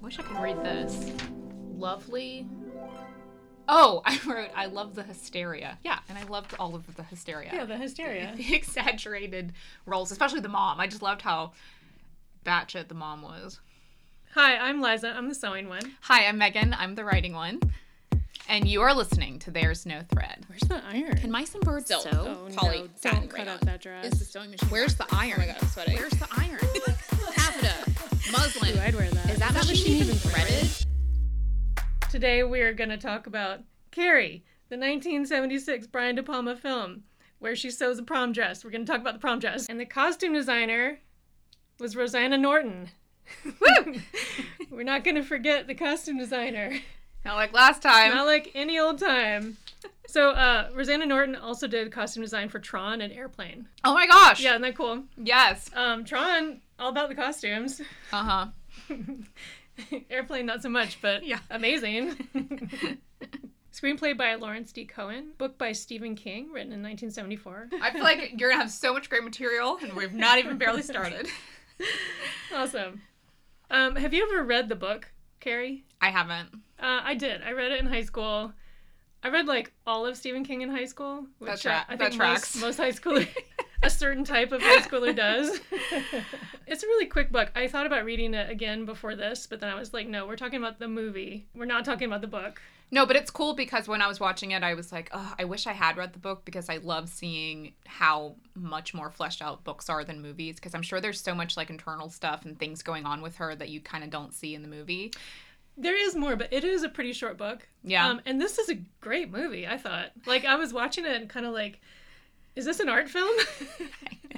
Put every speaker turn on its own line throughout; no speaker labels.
wish I could read this. Lovely. Oh, I wrote, I love the hysteria. Yeah, and I loved all of the hysteria.
Yeah, the hysteria.
The exaggerated roles, especially the mom. I just loved how batshit the mom was.
Hi, I'm Liza. I'm the sewing one.
Hi, I'm Megan. I'm the writing one. And you are listening to There's No Thread.
Where's the iron?
Can mice and birds
So,
sew?
oh, Polly,
no,
satin
don't cut
right
out
on.
that dress.
Is the sewing machine?
Where's the iron?
Oh my god, I'm sweating.
Where's the iron? Taffeta. Muslin.
Ooh, I'd wear that.
Is that,
that
machine even threaded?
Today we are going to talk about Carrie, the 1976 Brian De Palma film where she sews a prom dress. We're going to talk about the prom dress. And the costume designer was Rosanna Norton. Woo! We're not going to forget the costume designer.
Not like last time.
Not like any old time. So, uh, Rosanna Norton also did costume design for Tron and Airplane.
Oh my gosh.
Yeah, isn't that cool?
Yes.
Um, Tron, all about the costumes.
Uh huh.
Airplane, not so much, but
Yeah.
amazing. Screenplay by Lawrence D. Cohen, book by Stephen King, written in 1974.
I feel like you're gonna have so much great material, and we've not even barely started.
awesome. Um, have you ever read the book, Carrie?
I haven't.
Uh, I did. I read it in high school. I read like all of Stephen King in high school, which
That tra-
uh, I
that
think
tracks.
most, most high schooler, a certain type of high schooler does. it's a really quick book. I thought about reading it again before this, but then I was like, no, we're talking about the movie. We're not talking about the book.
No, but it's cool because when I was watching it, I was like, oh, I wish I had read the book because I love seeing how much more fleshed out books are than movies. Because I'm sure there's so much like internal stuff and things going on with her that you kind of don't see in the movie.
There is more, but it is a pretty short book.
Yeah.
Um, and this is a great movie, I thought. Like, I was watching it and kind of like, is this an art film?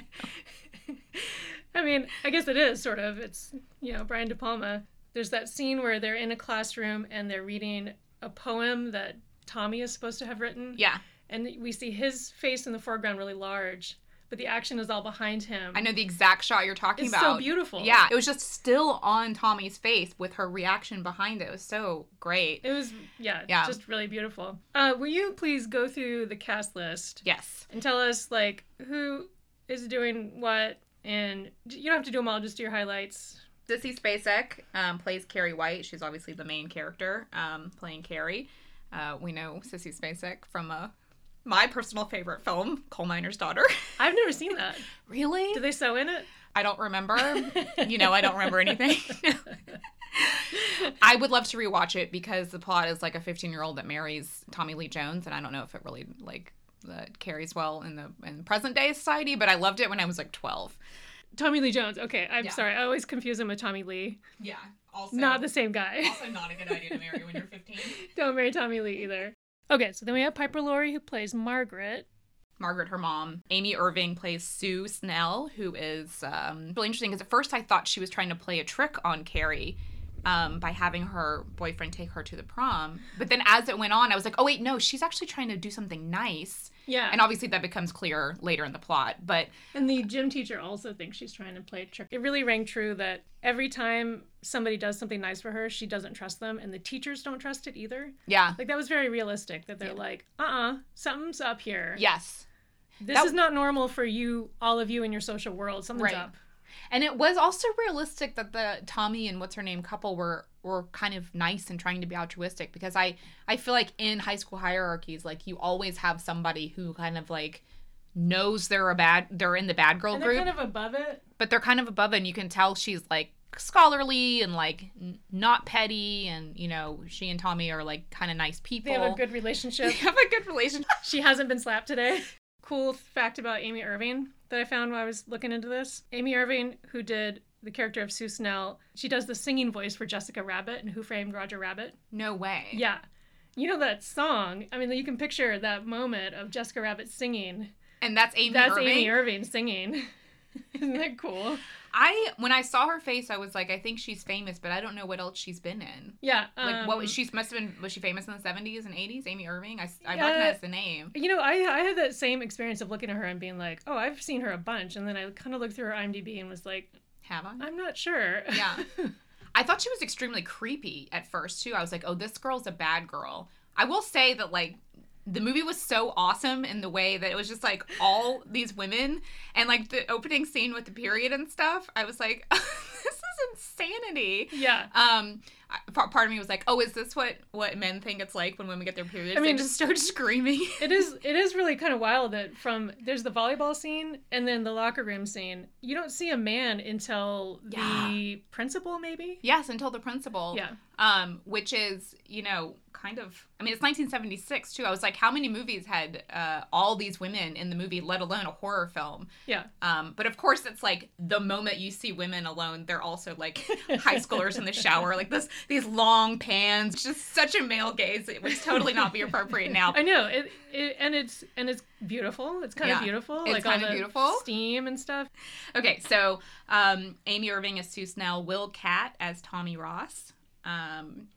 I mean, I guess it is, sort of. It's, you know, Brian De Palma. There's that scene where they're in a classroom and they're reading a poem that Tommy is supposed to have written.
Yeah,
And we see his face in the foreground really large, but the action is all behind him.
I know the exact shot you're talking
It's
about.
so beautiful.
Yeah, it was just still on Tommy's face with her reaction behind it. It was so great.
It was, yeah,
Yeah.
just really beautiful. Uh, will you please go through the cast list?
Yes.
and tell us like who is doing what and you don't have to do them all just do your highlights
Sissy Spacek um, plays Carrie White. She's obviously the main character um, playing Carrie. Uh, we know Sissy Spacek from uh, my personal favorite film, Coal Miner's Daughter.
i've never seen that do
Really?
they sew in it
I don't remember. you know, I don't remember anything. I would love to rewatch it because the plot is like a 15 year old that marries Tommy Lee Jones, and I don't know if it really like that carries well in the in present day society. But I loved it when I was like 12.
tommy lee jones okay i'm
Yeah.
sorry i always confuse him with tommy lee
Yeah. Also,
not the same guy
not a good idea to marry when you're 15.
don't marry tommy lee either okay so then we have piper laurie who plays margaret
Margaret, her mom. Amy Irving plays Sue Snell, who is um, really interesting because at first I thought she was trying to play a trick on Carrie um, by having her boyfriend take her to the prom. But then as it went on, I was like, oh, wait, no, she's actually trying to do something nice.
yeah
And obviously that becomes clear later in the plot. But
And the gym teacher also thinks she's trying to play a trick. It really rang true that every time somebody does something nice for her, she doesn't trust them, and the teachers don't trust it either.
yeah,
Like that was very realistic. That they're like, uh, uh something's up here.
yes.
this
that-
is not normal for you, all of you in your social world. Something's
Right.
up.
And it was also realistic that the Tommy and what's her name couple were were kind of nice and trying to be altruistic because I I feel like in high school hierarchies like you always have somebody who kind of like knows they're a bad they're in the bad girl
And they're
group
kind of above it.
but they're kind of above it and you can tell she's like scholarly and like n- not petty and you know she and Tommy are like kind of nice people.
They have a good
they
relationship.
have a good relationship.
she hasn't been slapped today. Cool fact about Amy Irving that I found while I was looking into this. Amy Irving, who did the character of Sue Snell, she does the singing voice for Jessica Rabbit and Who Framed Roger Rabbit.
No way.
Yeah. You know that song? I mean, you can picture that moment of Jessica Rabbit singing.
And that's Amy
That's
Irving.
Amy Irving singing. Isn't that cool?
I when I saw her face I was like I think she's famous but I don't know what else she's been in.
Yeah.
Like
um,
what was she must have been was she famous in the 70s and 80s? Amy Irving? I, s- I
Yeah.
recognize the name.
You know, I I had that same experience of looking at her and being like, oh, I've seen her a bunch, and then I kind of looked through her IMDb and was like,
Have I?
I'm not sure.
Yeah. I thought she was extremely creepy at first too. I was like, "Oh, this girl's a bad girl." I will say that like the movie was so awesome in the way that it was just like all these women and like the opening scene with the period and stuff. I was like, "This is insanity."
yeah.
Um, I- pa- part of me was like, oh, is this what what men think it's like when women get their periods?
I
I
mean-
mean, just start screaming.
It is it is really kind of wild that from there's the volleyball scene and then the locker room scene. You don't see a man until
Yeah.
the principal maybe.
yes, until the principal.
Yeah.
Um, which is you know kind of. I mean, it's 1976 too. I was like, how many movies had uh, all these women in the movie, let alone a horror film?
Yeah.
Um, but of course, it's like the moment you see women alone, they're also like high schoolers in the shower, like this these long pans, just such a male gaze. It would totally not be appropriate now.
I know it, it and it's and it's beautiful. It's kind of
Yeah.
beautiful.
It's
all
kinda
the
beautiful.
Steam and stuff.
Okay, so um, Amy Irving as Sue Snell, Will Catt as Tommy Ross. Um,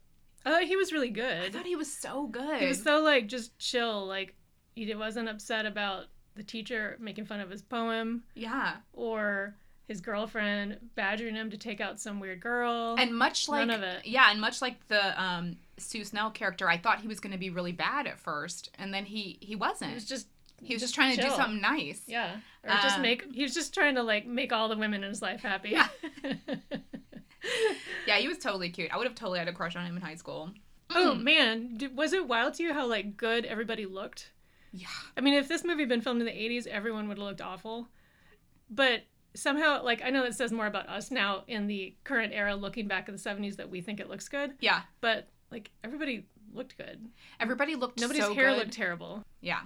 Oh, he was really
I
good.
thought he was so good.
He was so like just chill. Like he wasn't upset about the teacher making fun of his poem
yeah,
or his girlfriend badgering him to take out some weird girl.
and much like
None of it.
yeah, and much like the um, Sue Snell character, I thought he was going to be really bad at first, and then he he wasn't.
it was just
he was just trying to do
chill.
something nice.
Yeah. Or just
Um,
make he was just trying to like make all the women in his life happy.
Yeah. Yeah, he was totally cute. I would have totally had a crush on him in high school.
oh
Mm.
man, Did, was it wild to you how like good everybody looked?
Yeah.
I mean, if this movie had been filmed in the 80s, everyone would have looked awful. But somehow like I know that says more about us now in the current era looking back at the 70s that we think it looks good,
Yeah.
but like everybody looked good.
Everybody looked
Nobody's
so
hair
good.
looked terrible.
Yeah.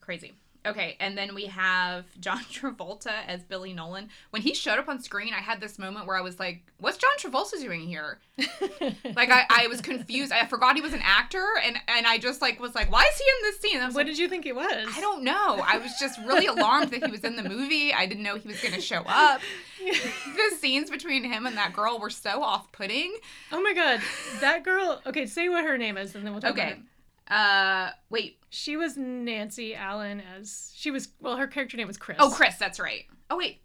Crazy. Okay, and then we have John Travolta as Billy Nolan. When he showed up on screen, I had this moment where I was like, what's John Travolta doing here? Like I, I was confused. I forgot he was an actor and and I just like was like, why is he in this scene? And I was
what
like,
did you think it was?
I don't know. I was just really alarmed that he was in the movie. I didn't know he was going to show up. the scenes between him and that girl were so off-putting.
Oh my god, that girl. Okay, say what her name is and then we'll talk about
Okay.
it.
Uh wait,
She was Nancy Allen as she was well, her character name was Chris.
Oh, Chris, that's right. Oh wait.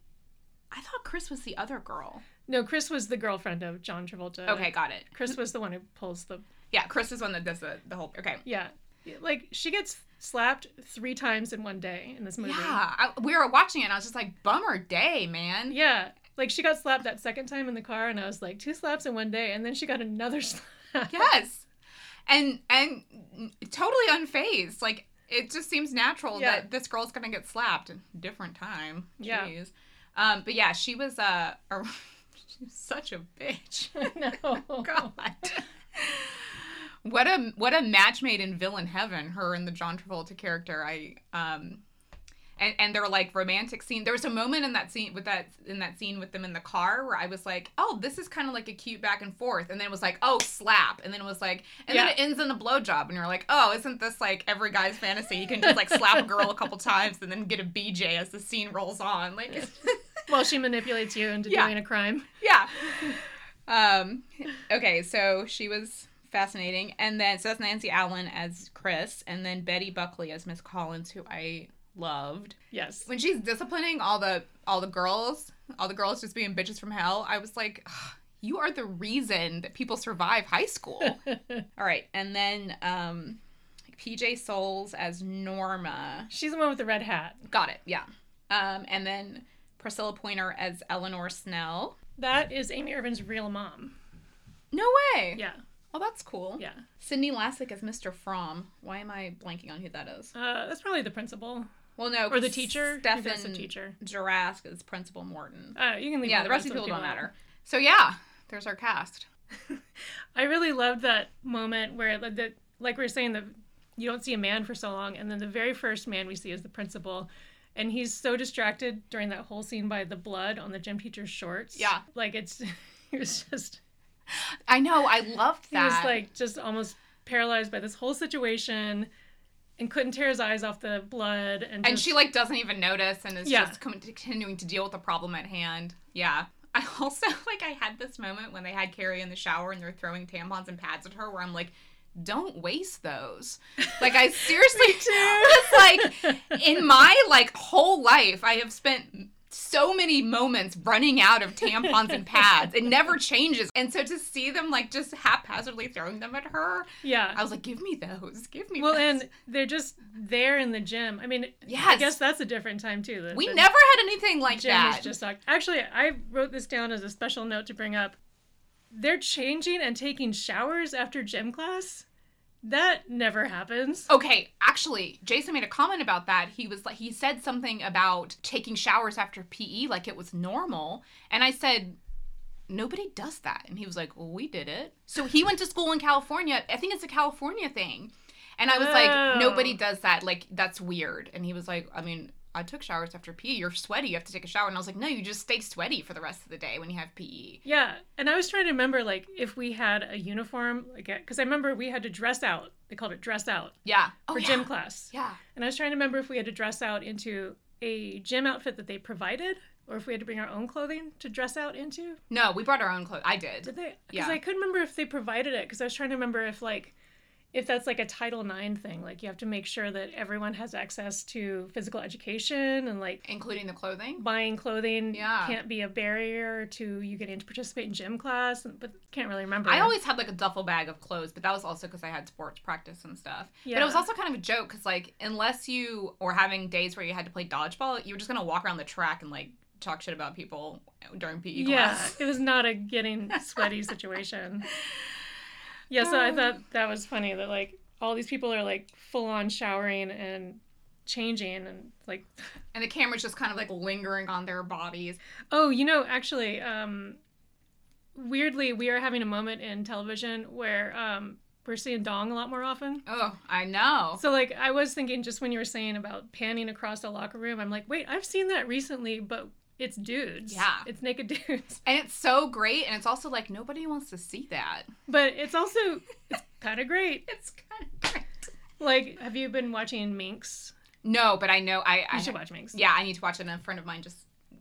I thought Chris was the other girl.
No, Chris was the girlfriend of John Travolta.
Okay, got it.
Chris was the one who pulls the
Yeah, Chris is one that does the, the whole okay.
Yeah. Like she gets slapped three times in one day in this movie.
Yeah, I, we were watching it and I was just like, bummer day, man.
Yeah. Like she got slapped that second time in the car and I was like, two slaps in one day and then she got another slap.
Yes, and and totally unfazed. Like it just seems natural
Yeah.
that this girl's gonna get slapped. Different time.
Yeah.
Jeez. Um, but yeah, she was uh, a she was such a bitch.
no.
God. What a what a match made in villain heaven, her and the John Travolta character. I um and, and their like romantic scene. There was a moment in that scene with that in that scene with them in the car where I was like, oh, this is kind of like a cute back and forth. And then it was like, oh, slap. And then it was like, and
Yeah.
then it ends in a blowjob. And you're like, oh, isn't this like every guy's fantasy? You can just like slap a girl a couple times and then get a BJ as the scene rolls on. Like,
Well, she manipulates you into
Yeah.
doing a crime.
yeah. Um, okay, so she was fascinating, and then so that's Nancy Allen as Chris, and then Betty Buckley as Miss Collins, who I loved
Yes.
when she's disciplining all the all the girls, all the girls just being bitches from hell. I was like. You are the reason that people survive high school. all right, and then um, PJ Souls as Norma.
She's the one with the red hat.
Got it, yeah. Um, and then Priscilla Pointer as Eleanor Snell.
That is Amy Irvin's real mom.
No way.
Yeah.
Oh, that's cool.
Yeah.
Sydney Lassick as Mr. Fromm. Why am I blanking on who that is?
Uh, that's probably the principal.
Well, no.
Or the teacher? Maybe that's the
Stefan
teacher.
Jurask is Principal Morton.
Uh, you can leave.
yeah,
all
the rest of the
those
people don't
out.
matter. So, yeah, there's our cast.
I really loved that moment where, like, the, like we were saying, that you don't see a man for so long, and then the very first man we see is the principal, and he's so distracted during that whole scene by the blood on the gym teacher's shorts.
Yeah.
like it's he was just
I know. I loved
he was
that.
like just almost paralyzed by this whole situation, and couldn't tear his eyes off the blood, and
and
just-
she like doesn't even notice and is
Yeah.
just com- continuing to deal with the problem at hand. Yeah. I also like I had this moment when they had Carrie in the shower and they're throwing tampons and pads at her where I'm like, don't waste those. Like I seriously was like in my like whole life I have spent so many moments running out of tampons and pads. It never changes. And so to see them like just haphazardly throwing them at her,
yeah.
I was like, give me those. Give me
well,
those.
and they're just there in the gym. I mean, I
Yes.
guess that's a different time too. the-
we
the-
never had anything like
Jim
that.
is just like- Actually, I wrote this down as a special note to bring up. they're changing and taking showers after gym class. That never happens.
Okay, actually, Jason made a comment about that. He was like, he said something about taking showers after PE like it was normal, and I said, nobody does that, and he was like, well, we did it. So he went to school in California. I think it's a California thing, and I was
Oh.
like, nobody does that. Like that's weird. And he was like, I mean. I took showers after PE. You're sweaty. You have to take a shower. And I was like, no, you just stay sweaty for the rest of the day when you have E." PE.
Yeah, and I was trying to remember like if we had a uniform, like because I remember we had to dress out. They called it dress out
Yeah.
for
Oh, yeah.
gym class.
Yeah.
And I was trying to remember if we had to dress out into a gym outfit that they provided, or if we had to bring our own clothing to dress out into.
No, we brought our own clothes. I did.
Did they? Because
Yeah.
I couldn't remember if they provided it. Because I was trying to remember if like if that's like a Title IX thing, like you have to make sure that everyone has access to physical education and like
including the clothing.
buying clothing
Yeah.
can't be a barrier to you getting to participate in gym class. But can't really remember.
I always had like a duffel bag of clothes, but that was also because I had sports practice and stuff. But it was
Yeah.
also kind of a joke because, like, unless you were having days where you had to play dodgeball, you were just going to walk around the track and, like, talk shit about people during PE
yeah,
class.
it was not a getting sweaty situation. Yeah, so I
Um.
thought that was funny that like all these people are like full on showering and changing and like
And the camera's just kind of, like, lingering on their bodies.
oh, you know, actually, um weirdly we are having a moment in television where um we're seeing dong a lot more often.
Oh, I know.
So like I was thinking just when you were saying about panning across a locker room, I'm like, wait, I've seen that recently, but it's dudes.
Yeah.
It's naked dudes.
And it's so great. And it's also like nobody wants to see that.
But it's also it's kinda great.
It's kind of great.
Like, have you been watching Minx?
No, but I know. I,
You
I
should watch Minx.
Yeah, I need to watch it. And a friend of mine just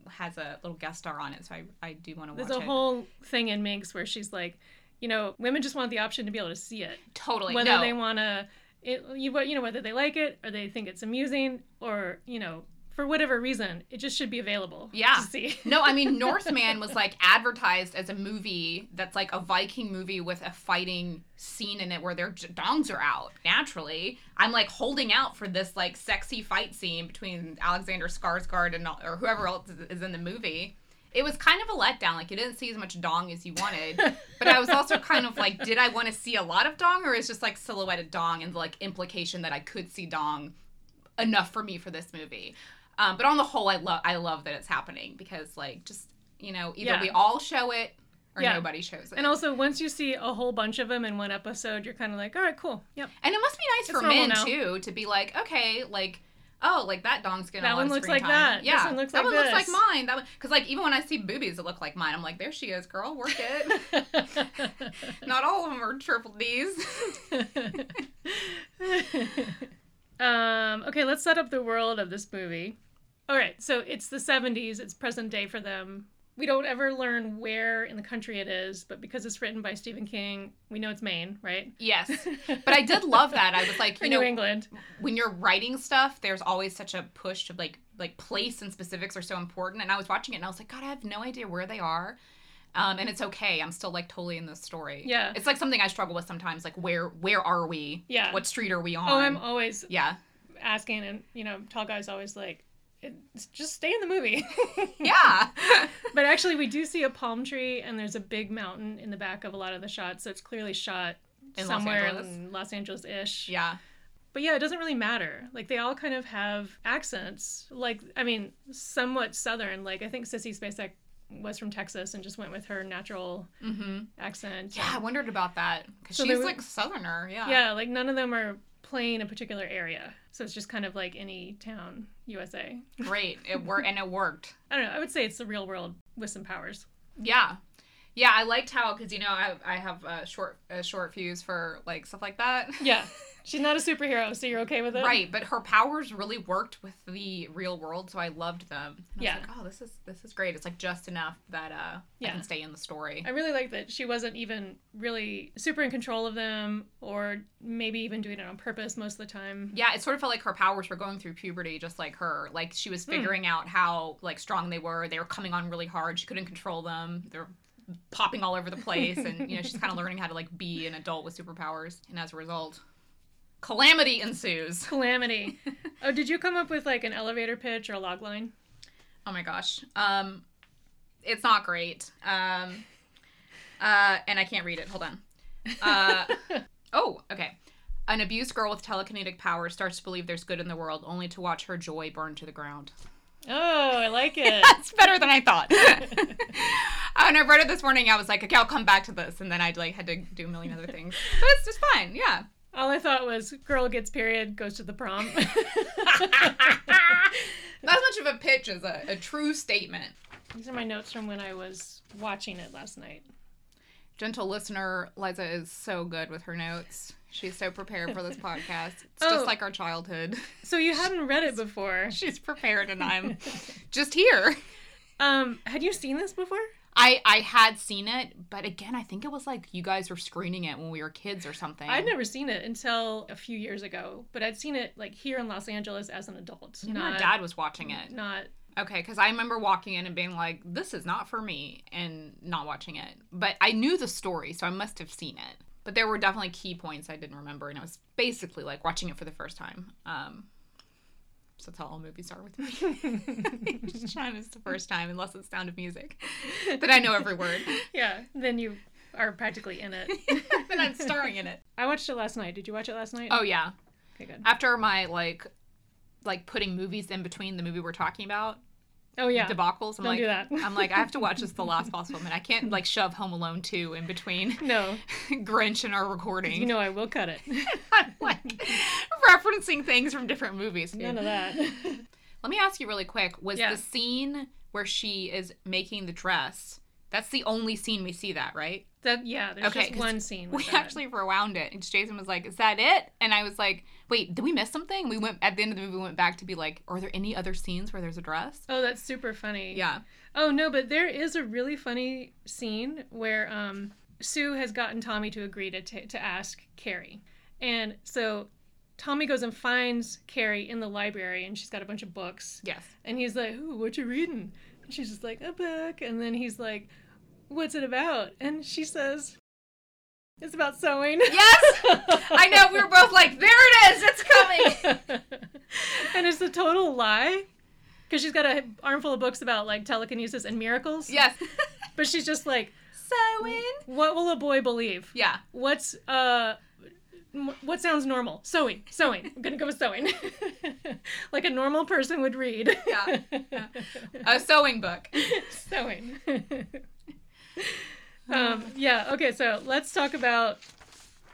has a little guest star on it. So I, I do want to watch
There's a
it.
whole thing in Minx where she's like, you know, women just want the option to be able to see it,
totally.
whether
no.
they want to, you what- you know, whether they like it or they think it's amusing or you know, for whatever reason, it just should be available.
Yeah.
To see.
No, I mean Northman was like advertised as a movie that's like a Viking movie with a fighting scene in it where their j- dongs are out. Naturally, I'm like holding out for this like sexy fight scene between Alexander Skarsgård and all- or whoever else is- is in the movie. It was kind of a letdown. Like you didn't see as much dong as you wanted, but I was also kind of like, did I want to see a lot of dong, or is just like silhouetted dong and like implication that I could see dong enough for me for this movie. Um, but on the whole, I love I love that it's happening because like just you know either
Yeah.
we all show it or
Yeah.
nobody shows it.
And also, once you see a whole bunch of them in one episode, you're kind of like, all right, cool. Yep.
And it must be nice
It's
for men
normal
too to be like okay like. Oh, like that dong's gonna.
That
have a lot
one
of
looks
screen
like
time.
that.
Yeah,
This one looks
that
like
one looks
this.
like mine. That because like even when I see boobies that look like mine, I'm like, there she is, girl, work it. Not all of them are triple D's.
um, okay, let's set up the world of this movie. All right, so it's the 70s, it's present day for them. We don't ever learn where in the country it is, but because it's written by Stephen King, we know it's Maine, right?
yes, but I did love that. I was like,
Or
you
New
know,
England.
when you're writing stuff, there's always such a push to like like place and specifics are so important. And I was watching it and I was like, God, I have no idea where they are. Um, and it's okay. I'm still like totally in this story.
Yeah.
It's like something I struggle with sometimes. Like where where are we?
Yeah.
What street are we on?
Oh, I'm always
yeah.
asking, and you know, Tall Guy's always like, "It's- just stay in the movie.
Yeah.
but actually, we do see a palm tree, and there's a big mountain in the back of a lot of the shots, so it's clearly shot
In Los
somewhere
Angeles?
in Los Angeles ish.
yeah.
But yeah, it doesn't really matter. Like they all kind of have accents. Like I mean, somewhat southern. Like I think Sissy Spacek was from Texas and just went with her natural
Mm-hmm.
accent.
Yeah, I wondered about that because
So
she's
they were-
like Southerner. Yeah.
Yeah, like none of them are playing a particular area. So it's just kind of like any town, USA.
Great. It worked and it worked.
I don't know. I would say it's the real world with some powers.
Yeah. Yeah, I liked how because you know I, I have a short a short fuse for like stuff like that.
Yeah. She's not a superhero, so you're okay with it?
Right, but her powers really worked with the real world, so I loved them. And
Yeah.
I was like, oh, this is this is great. It's like just enough that uh I
Yeah.
can stay in the story.
I really like that she wasn't even really super in control of them or maybe even doing it on purpose most of the time.
yeah, it sort of felt like her powers were going through puberty just like her. Like she
Hmm.
was figuring out how like strong they were. They were coming on really hard. She couldn't control them. They're popping all over the place and you know, she's kind of learning how to like be an adult with superpowers. And as a result, calamity ensues.
Calamity. oh, did you come up with like an elevator pitch or a log line?
Oh my gosh. Um it's not great. Um Uh, and I can't read it. Hold on. Uh, oh, okay. An abused girl with telekinetic power starts to believe there's good in the world, only to watch her joy burn to the ground.
Oh, I like it.
That's better than I thought. when I read it this morning, I was like, okay, I'll come back to this, and then I like had to do a million other things. But it's just fine. Yeah.
All I thought was girl gets period, goes to the prom.
Not as much of a pitch as a, a true statement.
These are my notes from when I was watching it last night.
Gentle listener, Liza is so good with her notes. She's so prepared for this podcast. It's
Oh.
just like our childhood.
So you hadn't read it before.
She's prepared, and I'm just here.
Um, had you seen this before?
I I had seen it, but again, I think it was like you guys were screening it when we were kids or something.
I'd never seen it until a few years ago, but I'd seen it like here in Los Angeles as an adult.
Maybe my dad was watching it.
not
Okay, because I remember walking in and being like, "This is not for me," and not watching it. But I knew the story, so I must have seen it. But there were definitely key points I didn't remember, and I was basically like watching it for the first time. Um, so that's how all movies are with me. Each time is the first time, unless it's Sound of Music, then I know every word.
yeah. Then you are practically in it.
then I'm starring in it.
I watched it last night. Did you watch it last night?
Oh yeah,
okay, good.
after my like, like putting movies in between the movie we're talking about,
Oh yeah.
debacles. I'm
Don't
like,
do that.
I'm like, I have to watch this the last possible minute. I can't like shove Home Alone two in between
no,
Grinch and our recording.
you know I will cut it.
I'm like referencing things from different movies. dude.
None of that.
Let me ask you really quick: Was
Yeah.
the scene where she is making the dress? That's the only scene we see that, right?
That yeah. There's
Okay,
just
'cause
one scene.
We
with that.
actually rewound it, and Jason was like, "Is that it?" And I was like, "Wait, did we miss something?" We went at the end of the movie. We went back to be like, "Are there any other scenes where there's a dress?"
Oh, that's super funny.
Yeah.
Oh no, but there is a really funny scene where um, Sue has gotten Tommy to agree to t- to ask Carrie, and so Tommy goes and finds Carrie in the library, and she's got a bunch of books,
Yes.
and he's like, "Ooh, what you reading?" And she's just like, "A book," and then he's like, "What's it about?" And she says, "It's about sewing."
Yes. I know. We were both like, "There it is. It's coming."
and it's a total lie. Because she's got an armful of books about like telekinesis and miracles.
Yes.
But she's just like,
Sewing.
What will a boy believe?
Yeah.
What's uh m- what sounds normal? Sewing, sewing. I'm gonna go with sewing, like a normal person would read.
Yeah, A sewing book.
sewing. um, yeah. Okay. So let's talk about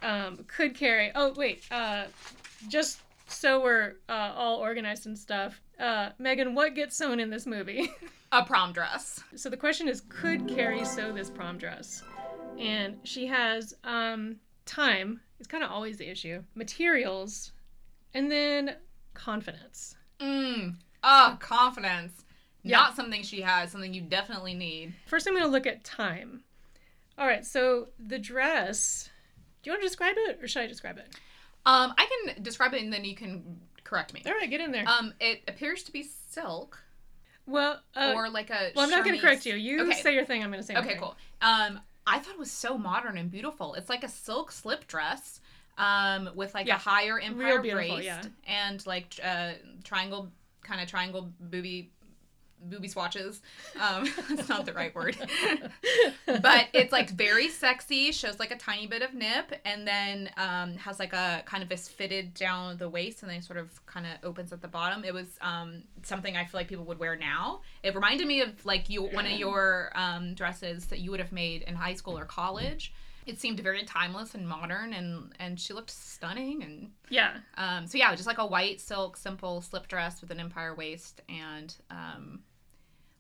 um, could carry. Oh wait. Uh, just so we're uh, all organized and stuff. Uh, Megan, what gets sewn in this movie?
A prom dress.
So the question is, could Carrie sew this prom dress? And she has um, time. It's kind of always the issue. Materials, and then confidence.
Mm. Oh, confidence.
Yeah.
Not something she has. Something you definitely need.
First, I'm going to look at time. All right. So the dress. Do you want to describe it, or should I describe it?
Um, I can describe it and then you can correct me.
All right, get in there.
Um, it appears to be silk
Uh, well, uh,
or like a.
well, I'm not going
chemise.
to correct you. You
Okay.
say your thing. I'm going to say. my
Okay,
thing.
cool. Um, I thought it was so modern and beautiful. It's like a silk slip dress, um, with like
Yeah.
a higher empire
beautiful,
waist
yeah.
and like tr- uh, triangle, kind of triangle booby, booby swatches. Um, that's not the right word, but it's like very sexy. Shows like a tiny bit of nip, and then um, has like a kind of is fitted down the waist, and then sort of kind of opens at the bottom. It was um, something I feel like people would wear now. It reminded me of like you one of your um, dresses that you would have made in high school or college. It seemed very timeless and modern, and and she looked stunning and
Yeah.
um, so yeah, just like a white silk, simple slip dress with an empire waist, and um,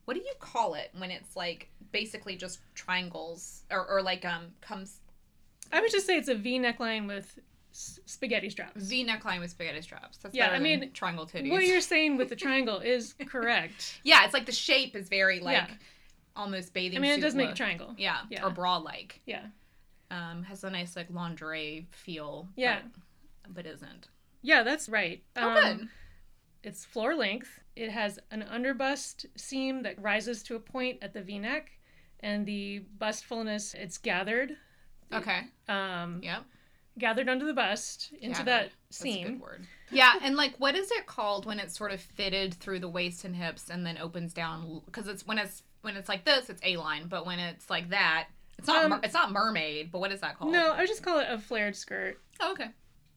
what do you call it when it's like basically just triangles or, or like um comes
I would just say it's a V neckline with s- spaghetti straps.
V neckline with spaghetti straps. That's
Yeah,
better
I
than
mean,
triangle titties.
What you're saying with the triangle is correct.
yeah, it's like the shape is very like
Yeah.
almost bathing.
I mean, it
suit
does make a
look.
triangle.
Yeah,
Yeah.
or bra like.
Yeah.
Um, has a nice like lingerie feel.
Yeah.
but, but isn't.
Yeah, that's right.
Oh,
Um,
good.
It's floor length. It has an underbust seam that rises to a point at the V-neck, and the bust fullness it's gathered,
Okay.
um,
Yep.
gathered under the bust into
Gathered.
that
That's a good
seam.
word. Yeah, and like, what is it called when it's sort of fitted through the waist and hips and then opens down? Because it's when it's when it's like this, it's a line, but when it's like that, it's It's not.
Um,
mer- it's not mermaid, but what is that called?
No, I would just call it a flared skirt.
Oh, okay.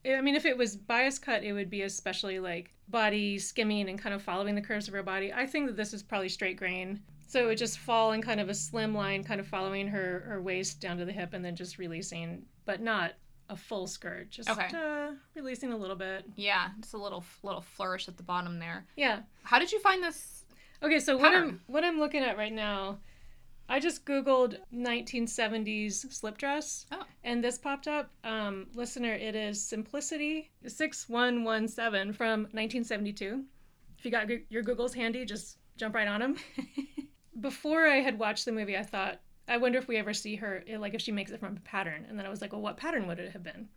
I mean, if it was bias cut, it would be especially like body skimming and kind of following the curves of her body. I think that this is probably straight grain. So it would just fall in kind of a slim line, kind of following her, her waist down to the hip and then just releasing, but not a full skirt, just
Okay.
uh, releasing a little bit.
Yeah, just a little little flourish at the bottom there.
Yeah.
How did you find this?
Okay, so what I'm
Pattern.
what I'm looking at right now, I just googled 1970s slip dress,
Oh.
and this popped up. Um, listener, it is Simplicity 6117 from 1972. If you got goo- your Googles handy, just jump right on them. Before I had watched the movie, I thought, I wonder if we ever see her, eh, like if she makes it from a pattern. And then I was like, well, what pattern would it have been?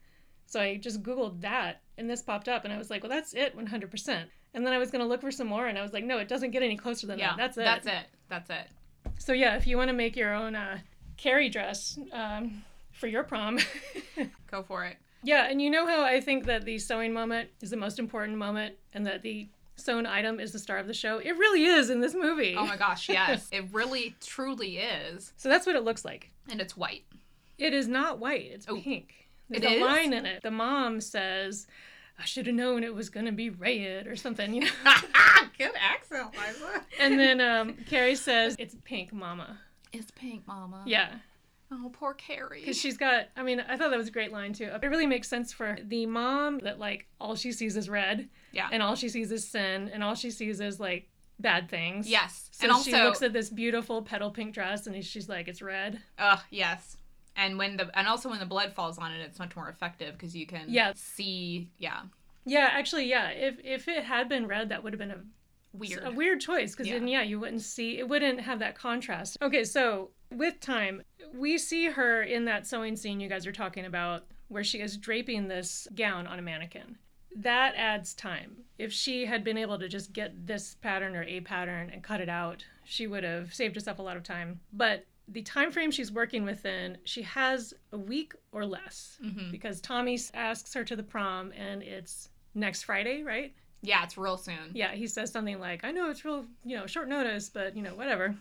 So I just Googled that and this popped up and I was like, well, that's it 100%. And then I was going to look for some more and I was like, no, it doesn't get any closer than
yeah,
that. That's it.
That's it. That's it.
So yeah, if you want to make your own uh, carry dress um, for your prom.
Go for it.
yeah, and you know how I think that the sewing moment is the most important moment and that the sewn item is the star of the show? It really is in this movie.
Oh my gosh, yes, it really truly is,
so that's what it looks like.
and it's white.
It is not white. It's
Oh.
pink.
It
There's a
is?
line in it. The mom says, "I should have known it was gonna be red or something," you know.
Good accent, Liza.
and then um, Carrie says, "It's pink, Mama."
It's pink, Mama.
Yeah,
Oh, poor Carrie.
because she's got. I mean, I thought that was a great line too. It really makes sense for the mom that like all she sees is red,
Yeah.
and all she sees is sin, and all she sees is like bad things.
yes,
So
and also,
she looks at this beautiful petal pink dress, and she's like, "It's red."
ugh, yes. And when the and also when the blood falls on it, it's much more effective because you can
Yeah.
see. Yeah,
Yeah, actually, yeah. If if it had been red, that would have been a
weird.
A weird choice because
Yeah.
then, yeah, you wouldn't see, it wouldn't have that contrast. Okay, so with time, we see her in that sewing scene you guys are talking about where she is draping this gown on a mannequin. That adds time. If she had been able to just get this pattern or a pattern and cut it out, she would have saved herself a lot of time. But the time frame she's working within, she has a week or less
Mhm.
because Tommy asks her to the prom and it's next Friday, right?
Yeah, it's real soon.
Yeah, he says something like, "I know it's real, you know, short notice, but you know, whatever."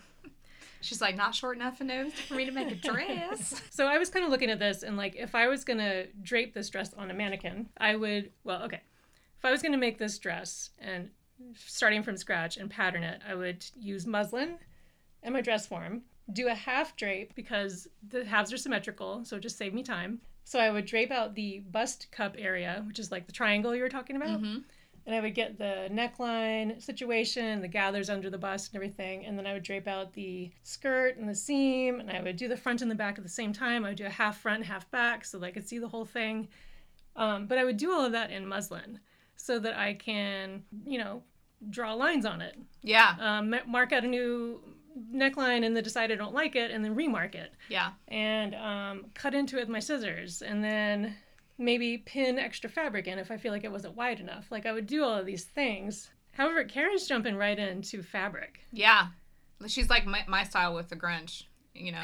She's like not short enough and nose for me to make a dress.
So I was kind of looking at this and like, if I was gonna drape this dress on a mannequin, I would. Well, okay, if I was gonna make this dress and starting from scratch and pattern it, I would use muslin and my dress form. Do a half drape because the halves are symmetrical, so it just saved me time. So I would drape out the bust cup area, which is like the triangle you were talking about.
hmm
And I would get the neckline situation, the gathers under the bust and everything. And then I would drape out the skirt and the seam. And I would do the front and the back at the same time. I would do a half front, half back so that I could see the whole thing. Um, but I would do all of that in muslin so that I can, you know, draw lines on it,
Yeah,
um, ma- mark out a new neckline and then decide I don't like it and then remark it
yeah,
and um, cut into it with my scissors and then maybe pin extra fabric in if I feel like it wasn't wide enough. Like I would do all of these things. However, Karen's jumping right into fabric.
yeah. She's like my, my style with the Grinch. You know,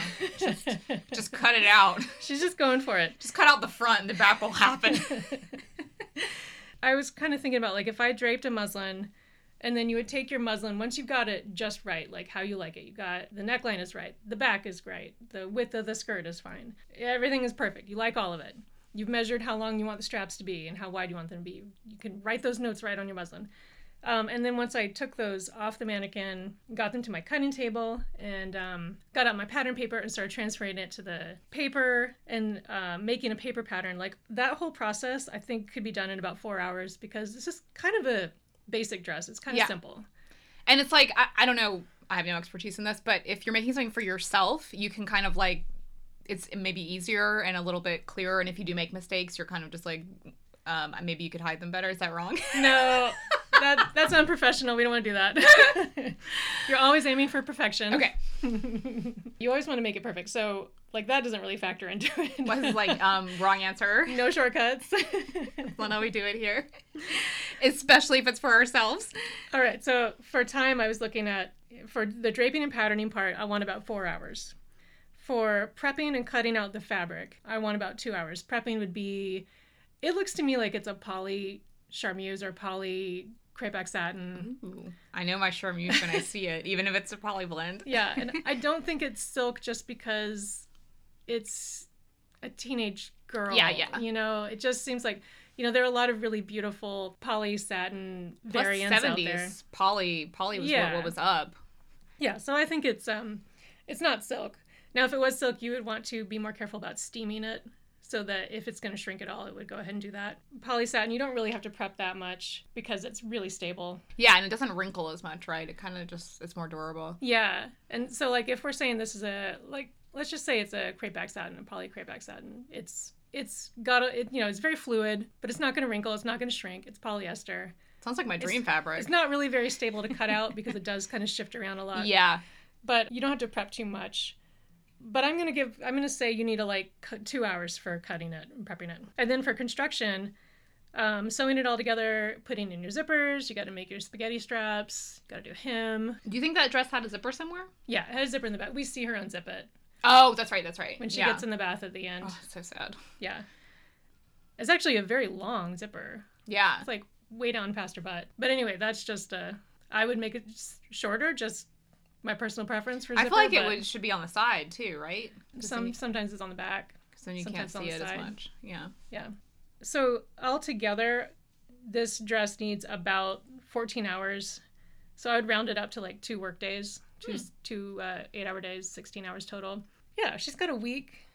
just cut it out.
She's just going for it.
Just cut out the front, and the back will happen.
I was kind of thinking about like if I draped a muslin and then you would take your muslin once you've got it just right, like how you like it. You got the neckline is right, the back is right, the width of the skirt is fine. Everything is perfect. You like all of it. You've measured how long you want the straps to be and how wide you want them to be. You can write those notes right on your muslin. Um, and then once I took those off the mannequin, got them to my cutting table, and um, got out my pattern paper and started transferring it to the paper and uh, making a paper pattern. Like that whole process, I think could be done in about four hours because it's just kind of a basic dress. It's kind of
Yeah.
simple.
And it's like I, I don't know. I have no expertise in this, but if you're making something for yourself, you can kind of like it's maybe easier and a little bit clearer. And if you do make mistakes, you're kind of just like um, maybe you could hide them better. Is that wrong?
No, that that's unprofessional. We don't want to do that. You're always aiming for perfection.
okay.
you always want to make it perfect. So like that doesn't really factor into it.
Was like um, wrong answer.
no shortcuts.
Well, no, we do it here, especially if it's for ourselves.
All right. So for time, I was looking at for the draping and patterning part, I want about four hours. For prepping and cutting out the fabric, I want about two hours. Prepping would be, it looks to me like it's a poly charmeuse or poly crepe satin.
I know my charmeuse when I see it, even if it's a polyblend.
Yeah, and I don't think it's silk just because it's a teenage girl.
Yeah, yeah.
You know, it just seems like you know there are a lot of really beautiful poly satin
Plus
variants out there.
70s. Polly, Polly was what,
Yeah.
what was up.
Yeah, so I think it's um, it's not silk. Now, if it was silk, you would want to be more careful about steaming it, so that if it's going to shrink at all, it would go ahead and do that. Polysatin, you don't really have to prep that much because it's really stable.
Yeah, and it doesn't wrinkle as much, right? It kind of just it's more durable.
Yeah, and so like if we're saying this is a like let's just say it's a crepe back satin, a poly crepe back satin, it's it's got a, it, you know it's very fluid, but it's not going to wrinkle, it's not going to shrink, it's polyester.
Sounds like my dream fabric.
It's not really very stable to cut out because it does kind of shift around a lot.
yeah,
but you don't have to prep too much. But I'm gonna give I'm gonna say you need to like cut two hours for cutting it and prepping it, and then for construction, um, sewing it all together, putting in your zippers. You got to make your spaghetti straps. You got to do hem.
do you think that dress had a zipper somewhere?
Yeah, it has a zipper in the back. We see her unzip it
Oh, that's right, that's right.
when she
yeah.
gets in the bath at the end.
Oh, so sad.
Yeah, it's actually a very long zipper.
Yeah,
It's like way down past her butt. But anyway, that's just a. I would make it s- shorter. Just my personal preference for. Zipper,
I feel like it
but
would should be on the side too, right? 'Cause then
Some
you-
sometimes it's on the back.
'cause then you can't
sometimes on
see
the
it as
side.
much. Yeah.
Yeah. So altogether, this dress needs about 14 hours. So I would round it up to like two work days, two
Hmm.
two uh, eight hour days, 16 hours total. Yeah, she's got a week.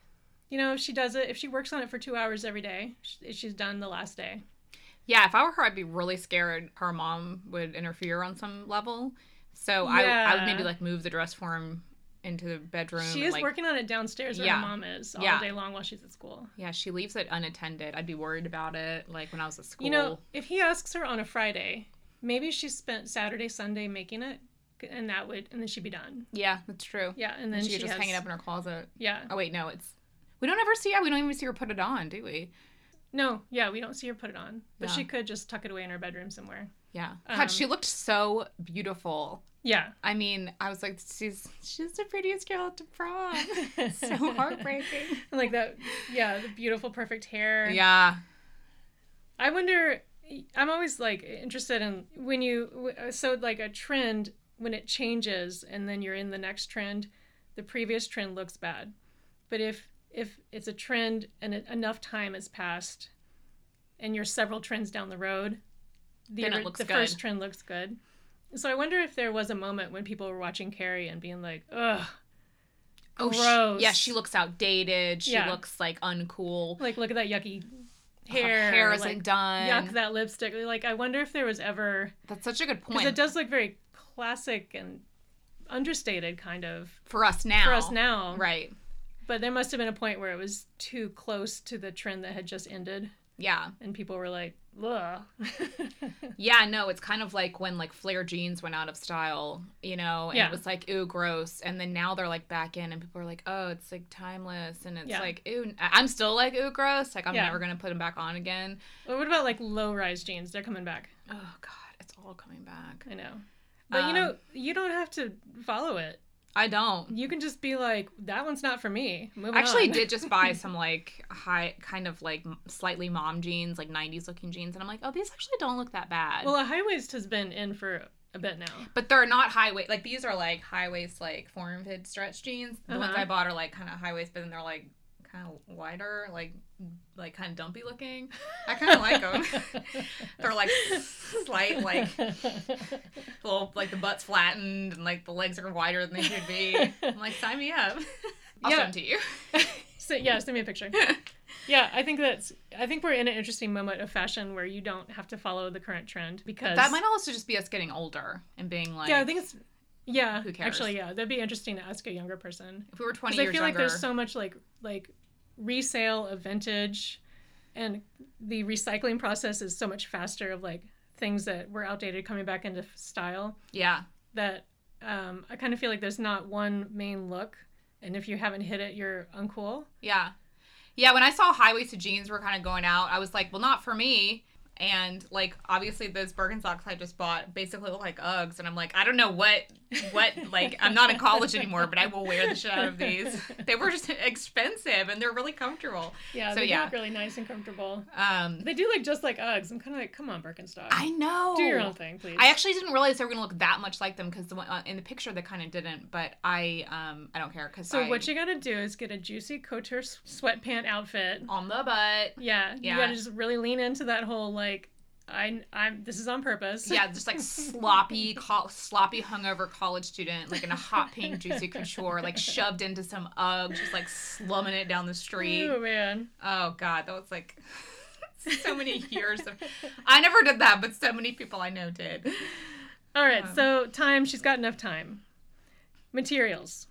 You know, if she does it, if she works on it for two hours every day, sh- she's done the last day.
Yeah, if I were her, I'd be really scared her mom would interfere on some level. So I, I would
Yeah.
maybe like move the dress form into the bedroom.
She
and,
is
like,
working on it downstairs where
Yeah.
her mom is all
Yeah.
day long while she's at school.
Yeah, she leaves it unattended. I'd be worried about it. Like when I was at school.
You know, if he asks her on a Friday, maybe she spent Saturday, Sunday making it, and that would, and then she'd be done.
Yeah, that's true.
Yeah, and then
and she,
she,
could just
has,
hang it up in her closet.
Yeah,
Oh wait, no, it's we don't ever see. Yeah, we don't even see her put it on, do we?
No, yeah, we don't see her put it on, but
Yeah.
she could just tuck it away in her bedroom somewhere.
Yeah.
Um,
God, she looked so beautiful.
Yeah.
I mean, I was like, she's she's the prettiest girl at the prom. so heartbreaking.
And like that, yeah, the beautiful, perfect hair.
Yeah.
I wonder. I'm always like interested in when you so like a trend when it changes and then you're in the next trend, the previous trend looks bad, but if if it's a trend and it, enough time has passed, and you're several trends down the road, the,
Then it
ori-
looks
the
good.
first trend looks good. So I wonder if there was a moment when people were watching Carrie and being like, ugh,
Oh, she-
Gross.
yeah, she looks outdated. She
Yeah.
looks like uncool.
like look at that yucky hair,
Her hair isn't
like,
done.
yuck that lipstick. Like I wonder if there was ever
That's such a good
Because
point
it does look very classic and understated, kind of,
for us now.
for us now.
Right.
But there must have been a point where it was too close to the trend that had just ended,
Yeah.
and people were like, ugh.
Yeah, no, it's kind of like when like flare jeans went out of style, you know, and
Yeah.
it was like ooh gross, and then now they're like back in, and people are like, oh, it's like timeless, and it's
Yeah.
like ooh, I- I'm still like ooh gross, like I'm
Yeah.
never gonna put them back on again.
Well, what about like low rise jeans? They're coming back.
Oh God, it's all coming back.
I know. But you
Um,
know, you don't have to follow it.
I don't.
You can just be like, that one's not for me. Move
I actually
on.
did just buy some like high, kind of like m- slightly mom jeans, like '90s looking jeans, and I'm like, oh, these actually don't look that bad.
Well, a high waist has been in for a bit now.
but they're not high waist. Like these are like high waist, like form fit stretch jeans. The ones
Uh-huh.
I bought are like kind of high waist, but then they're like kind of wider, like like kind of dumpy looking. I kind of like them. they're like slight, like little, like the butt's flattened and like the legs are wider than they should be. I'm like, sign me up. I'll
Yeah.
send to you.
So, yeah, send me a picture. yeah, I think that's. I think we're in an interesting moment of fashion where you don't have to follow the current trend because
That might also just be us getting older and being like,
Yeah, I think it's. Yeah,
Who cares?
actually, yeah, that'd be interesting to ask a younger person
if we were 20
because I
years
feel like
younger,
there's so much like like resale of vintage, and the recycling process is so much faster of like things that were outdated coming back into f- style
yeah,
that um, I kind of feel like there's not one main look, and if you haven't hit it, you're uncool.
Yeah. Yeah, when I saw high waisted jeans were kind of going out, I was like, well, not for me. and like obviously those Birkenstocks I just bought basically look like Uggs, and I'm like, I don't know what, what like I'm not in college anymore, but I will wear the shit out of these. They were just expensive and they're really comfortable.
Yeah,
So,
they
yeah.
look really nice and comfortable.
Um,
They do look just like Uggs. I'm kind of like, come on, Birkenstock.
I know.
do your own thing, please.
I actually didn't realize they were gonna look that much like them because the one, uh, in the picture they kind of didn't, but I um I don't care because
so what you gotta do is get a juicy couture s- sweatpant outfit.
on the butt. Yeah.
Yeah, you gotta just really lean into that whole like, I, I'm. This is on purpose.
Yeah, just like sloppy, col- sloppy hungover college student, like in a hot pink juicy couture, like shoved into some Uggs, just like slumming it down the street.
Oh man.
Oh God, that was like so many years of. I never did that, but so many people I know did.
All right,
Um,
so time, she's got enough time. Materials.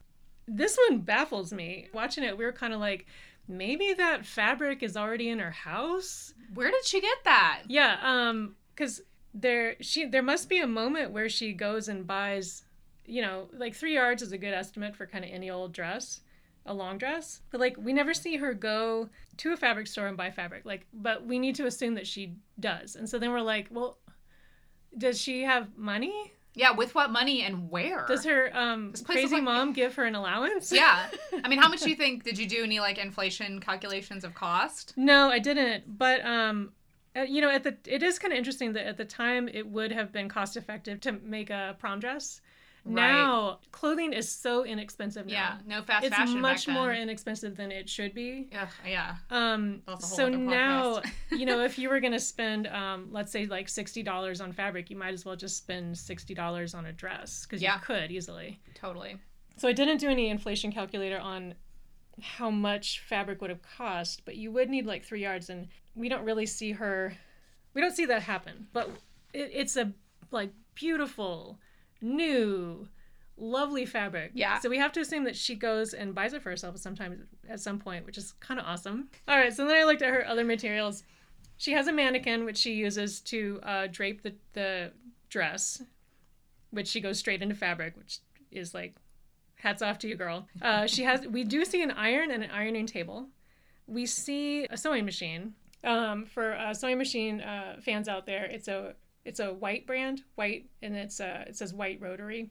This one baffles me. Watching it, we were kind of like, maybe that fabric is already in her house.
Where did she get that?
Yeah, um, because there she there must be a moment where she goes and buys, you know, like three yards is a good estimate for kind of any old dress, a long dress. But like we never see her go to a fabric store and buy fabric. Like, but we need to assume that she does. And so then we're like, well, does she have money?
Yeah, with what money and where?
Does her um,
This place is
crazy
like-
mom give her an allowance?
yeah, I mean, how much do you think? Did you do any like inflation calculations of cost?
No, I didn't. But um, uh, you know, at the it is kind of interesting that at the time it would have been cost effective to make a prom dress. Now clothing is so inexpensive. Now.
Yeah, no fast
it's
fashion. back
much
then.
more inexpensive than it should be.
Ugh, yeah.
Um,
That's a whole
so
other
now,
podcast.
you know, if you were going to spend, um, let's say like $60 on fabric, you might as well just spend $60 on a dress because
Yeah.
you could easily.
Totally.
So I didn't do any inflation calculator on how much fabric would have cost, but you would need like three yards, and we don't really see her. We don't see that happen, but it, it's a like beautiful, new, lovely fabric.
Yeah.
So we have to assume that she goes and buys it for herself sometimes at some point, which is kind of awesome. All right. So then I looked at her other materials. She has a mannequin which she uses to uh, drape the the dress, which she goes straight into fabric, which is like hats off to you girl uh, she has we do see an iron and an ironing table we see a sewing machine um, for uh, sewing machine uh, fans out there it's a it's a white brand white and it's uh, it says white rotary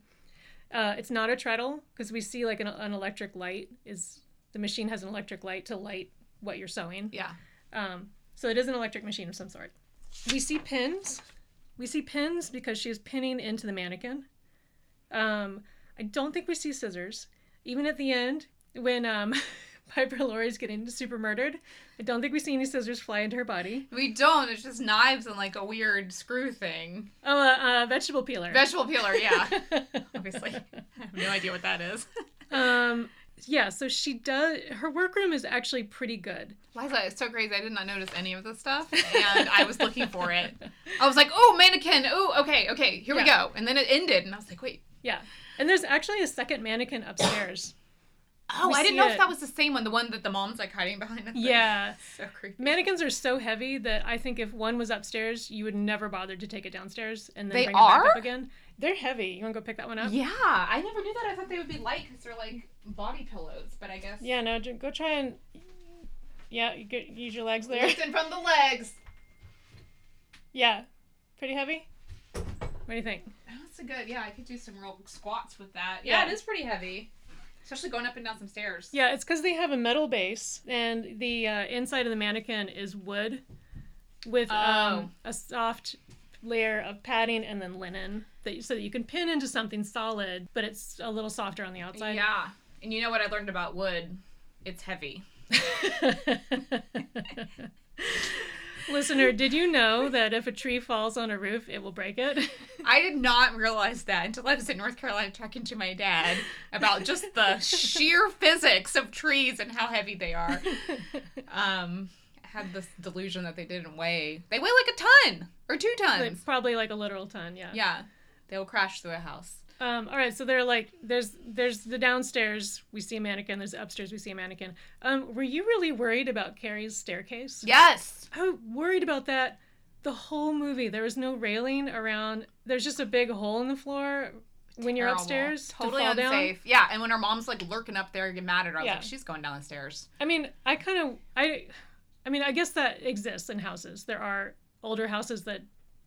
uh, it's not a treadle because we see like an, an electric light is the machine has an electric light to light what you're sewing
Yeah.
um, so it is an electric machine of some sort. We see pins. We see pins because she is pinning into the mannequin. Um, I don't think we see scissors. Even at the end, when um, Piper Laurie's getting super murdered, I don't think we see any scissors fly into her body.
We don't. It's just knives and like a weird screw thing.
Oh, uh, uh, vegetable peeler.
Vegetable peeler. Yeah. Obviously. I have no idea what that is.
um, yeah, so she does. Her workroom is actually pretty good.
Liza, it's so crazy. I did not notice any of this stuff, and I was looking for it. I was like, "Oh, mannequin! Oh, okay, okay, here we
Yeah.
go." And then it ended, and I was like, "Wait,
Yeah, and there's actually a second mannequin upstairs.
oh,
We
I didn't
see
know if
it.
that was the same one—the one that the mom's like hiding behind." That
yeah.
thing. so creepy.
Mannequins are so heavy that I think if one was upstairs, you would never bother to take it downstairs and then
They
bring it back
are?
up again. They're heavy. You want to go pick that one up?
Yeah, I never knew that. I thought they would be light because they're like body pillows, but I guess
Yeah, no, j- go try and. Yeah, you could use your legs there.
loosen from the legs.
Yeah. Pretty heavy? What do you think?
That's a good. Yeah, I could do some real squats with that. Yeah,
Yeah.
it is pretty heavy, especially going up and down some stairs.
Yeah, it's because they have a metal base and the uh, inside of the mannequin is wood with
Oh.
um, a soft layer of padding and then linen that, so that you can pin into something solid, but it's a little softer on the outside.
yeah. And you know what I learned about wood? It's heavy.
Listener, did you know that if a tree falls on a roof, it will break it?
I did not realize that until I was in North Carolina talking to my dad about just the sheer physics of trees and how heavy they are. Um, I had this delusion that they didn't weigh. They weigh like a ton or two
Like,
tons.
probably like a literal ton, yeah.
Yeah, they will crash through a house.
Um, all right, so they're like, there's there's the downstairs we see a mannequin, there's the upstairs we see a mannequin. Um, were you really worried about Carrie's staircase?
Yes.
I was worried about that the whole movie. There was no railing around. There's just a big hole in the floor when you're
Terrible.
upstairs. to
totally
fall down.
unsafe. Yeah, and when her mom's like lurking up there, get mad at her. I was
Yeah.
like, she's going down the stairs.
I mean, I kind of I I mean, I guess that exists in houses. There are older houses that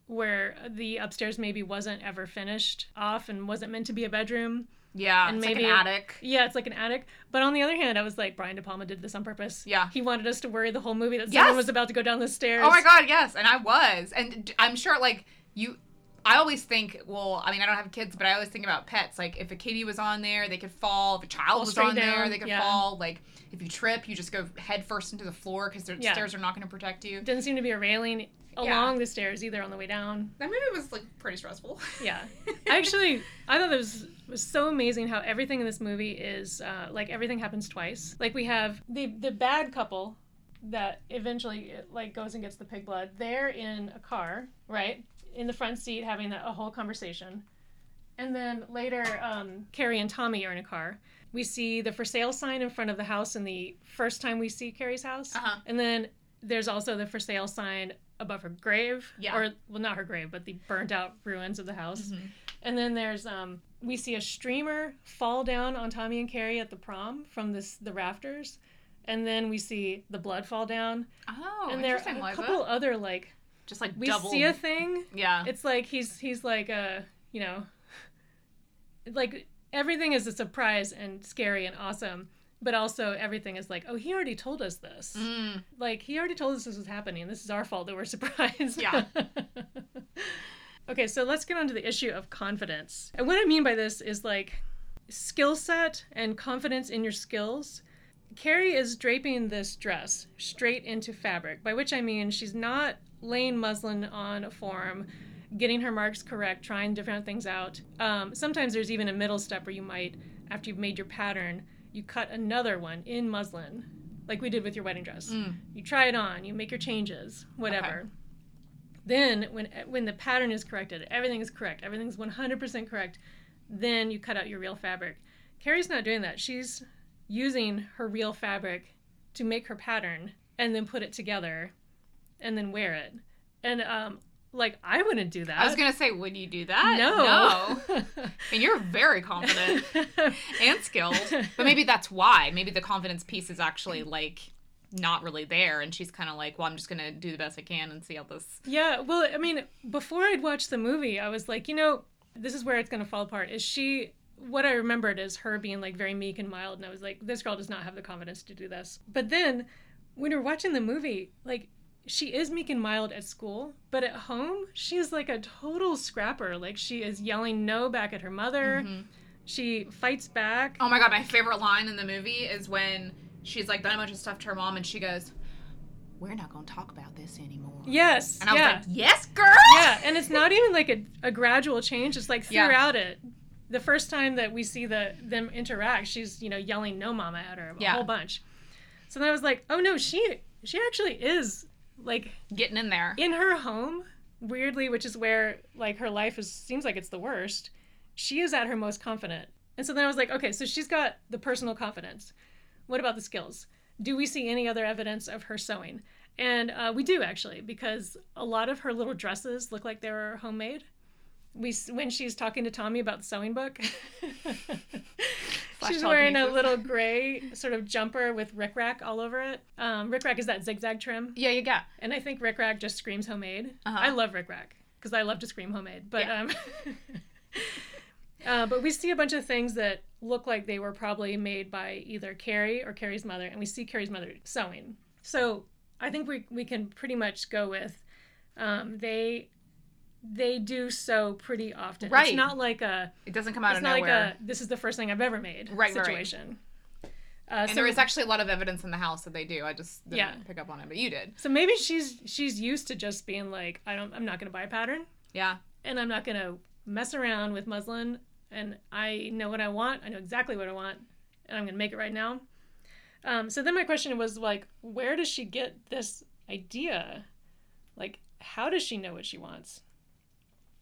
where the upstairs maybe wasn't ever finished off and wasn't meant to be a bedroom.
Yeah,
And
it's
maybe-
like an attic.
Yeah, it's like an attic. But on the other hand, I was like, Brian De Palma did this on purpose.
Yeah.
He wanted us to worry the whole movie that
Yes!
someone was about to go down the stairs.
Oh my god, yes, and I was, and d- I'm sure like you. I always think, well, I mean, I don't have kids, but I always think about pets. Like, if a kitty was on there, they could fall. If a child
Fall
was
straight
on there,
down,
they could
yeah.
fall. Like, if you trip, you just go head first into the floor because the
Yeah.
stairs are not going to protect you.
Didn't seem to be a railing along the stairs either on the way down.
That movie was like pretty stressful.
Yeah. Actually, I thought it was was so amazing how everything in this movie is uh, like everything happens twice. Like we have the the bad couple that eventually uh, like goes and gets the pig blood. They're in a car, right, in the front seat having a whole conversation, and then later um, Carrie and Tommy are in a car. We see the for sale sign in front of the house in the first time we see Carrie's house,
Uh-huh.
and then there's also the for sale sign above her grave,
Yeah.
or well, not her grave, but the burnt out ruins of the house.
Mhm.
And then there's um we see a streamer fall down on Tommy and Carrie at the prom from this the rafters. And then we see the blood fall down.
Oh,
and there
interesting,
are a
Liza.
couple other like
Just like
we
double.
see a thing.
yeah.
It's like he's he's like uh, you know like everything is a surprise and scary and awesome. But also everything is like, oh, he already told us this.
Mm.
Like he already told us this was happening. This is our fault that we're surprised.
Yeah.
okay, so let's get on to the issue of confidence. And what I mean by this is like skill set and confidence in your skills. Carrie is draping this dress straight into fabric, by which I mean she's not laying muslin on a form, getting her marks correct, trying different things out. Um, sometimes there's even a middle step where you might, after you've made your pattern, you cut another one in muslin, like we did with your wedding dress.
Mm.
You try it on, you make your changes, whatever. Then, when when the pattern is corrected, everything is correct, everything's 100% correct, then you cut out your real fabric. Carrie's not doing that. She's using her real fabric to make her pattern and then put it together and then wear it. And um like I wouldn't do that.
I was gonna say, would you do that? No.
no.
And you're very confident and skilled, but maybe that's why. Maybe the confidence piece is actually like not really there, and she's kind of like, well, I'm just gonna do the best I can and see how this.
yeah, well, I mean, before I'd watched the movie, I was like, you know, this is where it's going to fall apart. Is she what I remembered is her being like very meek and mild and I was like this girl does not have the confidence to do this. But then when you're watching the movie, like she is meek and mild at school, but at home, she is like a total scrapper. Like she is yelling no back at her mother.
Mhm.
She fights back.
Oh my god, my favorite line in the movie is when she's like done a bunch of stuff to her mom, and she goes, "We're not gonna talk about this anymore."
Yes.
And I was
yeah.
like, "Yes, girl."
yeah, and it's not even like a, a gradual change. It's like
Yeah.
throughout it. The first time that we see the them interact, she's you know yelling "No, mama" at her a
Yeah.
whole bunch. So then I was like, oh no, she she actually is like
Getting in there.
in her home weirdly, which is where like her life is seems like it's the worst. She is at her most confident, and so then I was like, okay, so she's got the personal confidence. What about the skills? Do we see any other evidence of her sewing? And uh, we do actually, because a lot of her little dresses look like they were homemade. We s- when she's talking to Tommy about the sewing book,
Flash
she's wearing a
telekinesis.
little gray sort of jumper with rickrack all over it. Um, rickrack is that zigzag trim.
Yeah, yeah, yeah.
And I think Rick Rack just screams homemade.
Uh-huh.
I love Rick Rack because I love to scream homemade. But
Yeah.
um, uh, but we see a bunch of things that look like they were probably made by either Carrie or Carrie's mother, and we see Carrie's mother sewing. So I think we we can pretty much go with um, they they do sew pretty often.
Right.
It's not like a
It doesn't come out
it's
of
not
nowhere.
like a this is the first thing I've ever made
Right, right, right.
situation. Uh,
and there is actually a lot of evidence in the house that they do. I just didn't
Yeah.
pick up on it, but you did.
so maybe she's she's used to just being like I don't I'm not going to buy a pattern.
Yeah.
and I'm not going to mess around with muslin. And I know what I want. I know exactly what I want, and I'm going to make it right now. Um, so then my question was like, where does she get this idea? Like, how does she know what she wants?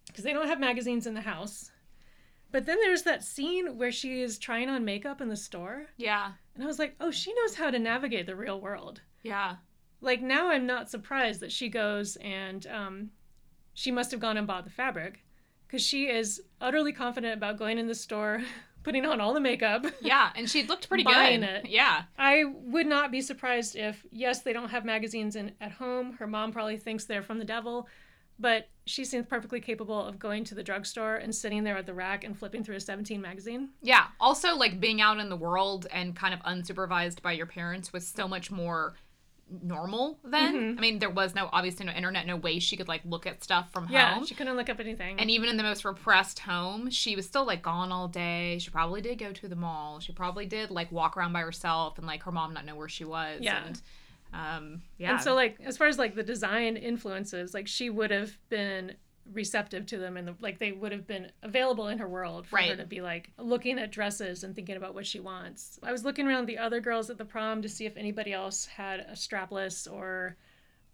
Because they don't have magazines in the house. But then there's that scene where she is trying on makeup in the store,
Yeah.
and I was like, oh, she knows how to navigate the real world
Yeah.
like now i'm not surprised that she goes and um, she must have gone and bought the fabric because she is utterly confident about going in the store putting on all the makeup.
Yeah, and she looked pretty
Buying
good.
it.
Yeah.
I would not be surprised if, yes, they don't have magazines in at home. Her mom probably thinks they're from the devil, but she seems perfectly capable of going to the drugstore and sitting there at the rack and flipping through a 17 magazine.
Yeah. Also, like being out in the world and kind of unsupervised by your parents was so much more normal then.
Mm-hmm.
I mean, there was no obviously no internet, no way she could like look at stuff from
Yeah,
home.
she couldn't look up anything.
and even in the most repressed home, she was still like gone all day. She probably did go to the mall. She probably did like walk around by herself and like her mom not know where she was.
Yeah.
And um, yeah.
And so, like, as far as like the design influences, like she would have been receptive to them, and the, like they would have been available in her world for her
Right.
to be like looking at dresses and thinking about what she wants. I was looking around the other girls at the prom to see if anybody else had a strapless or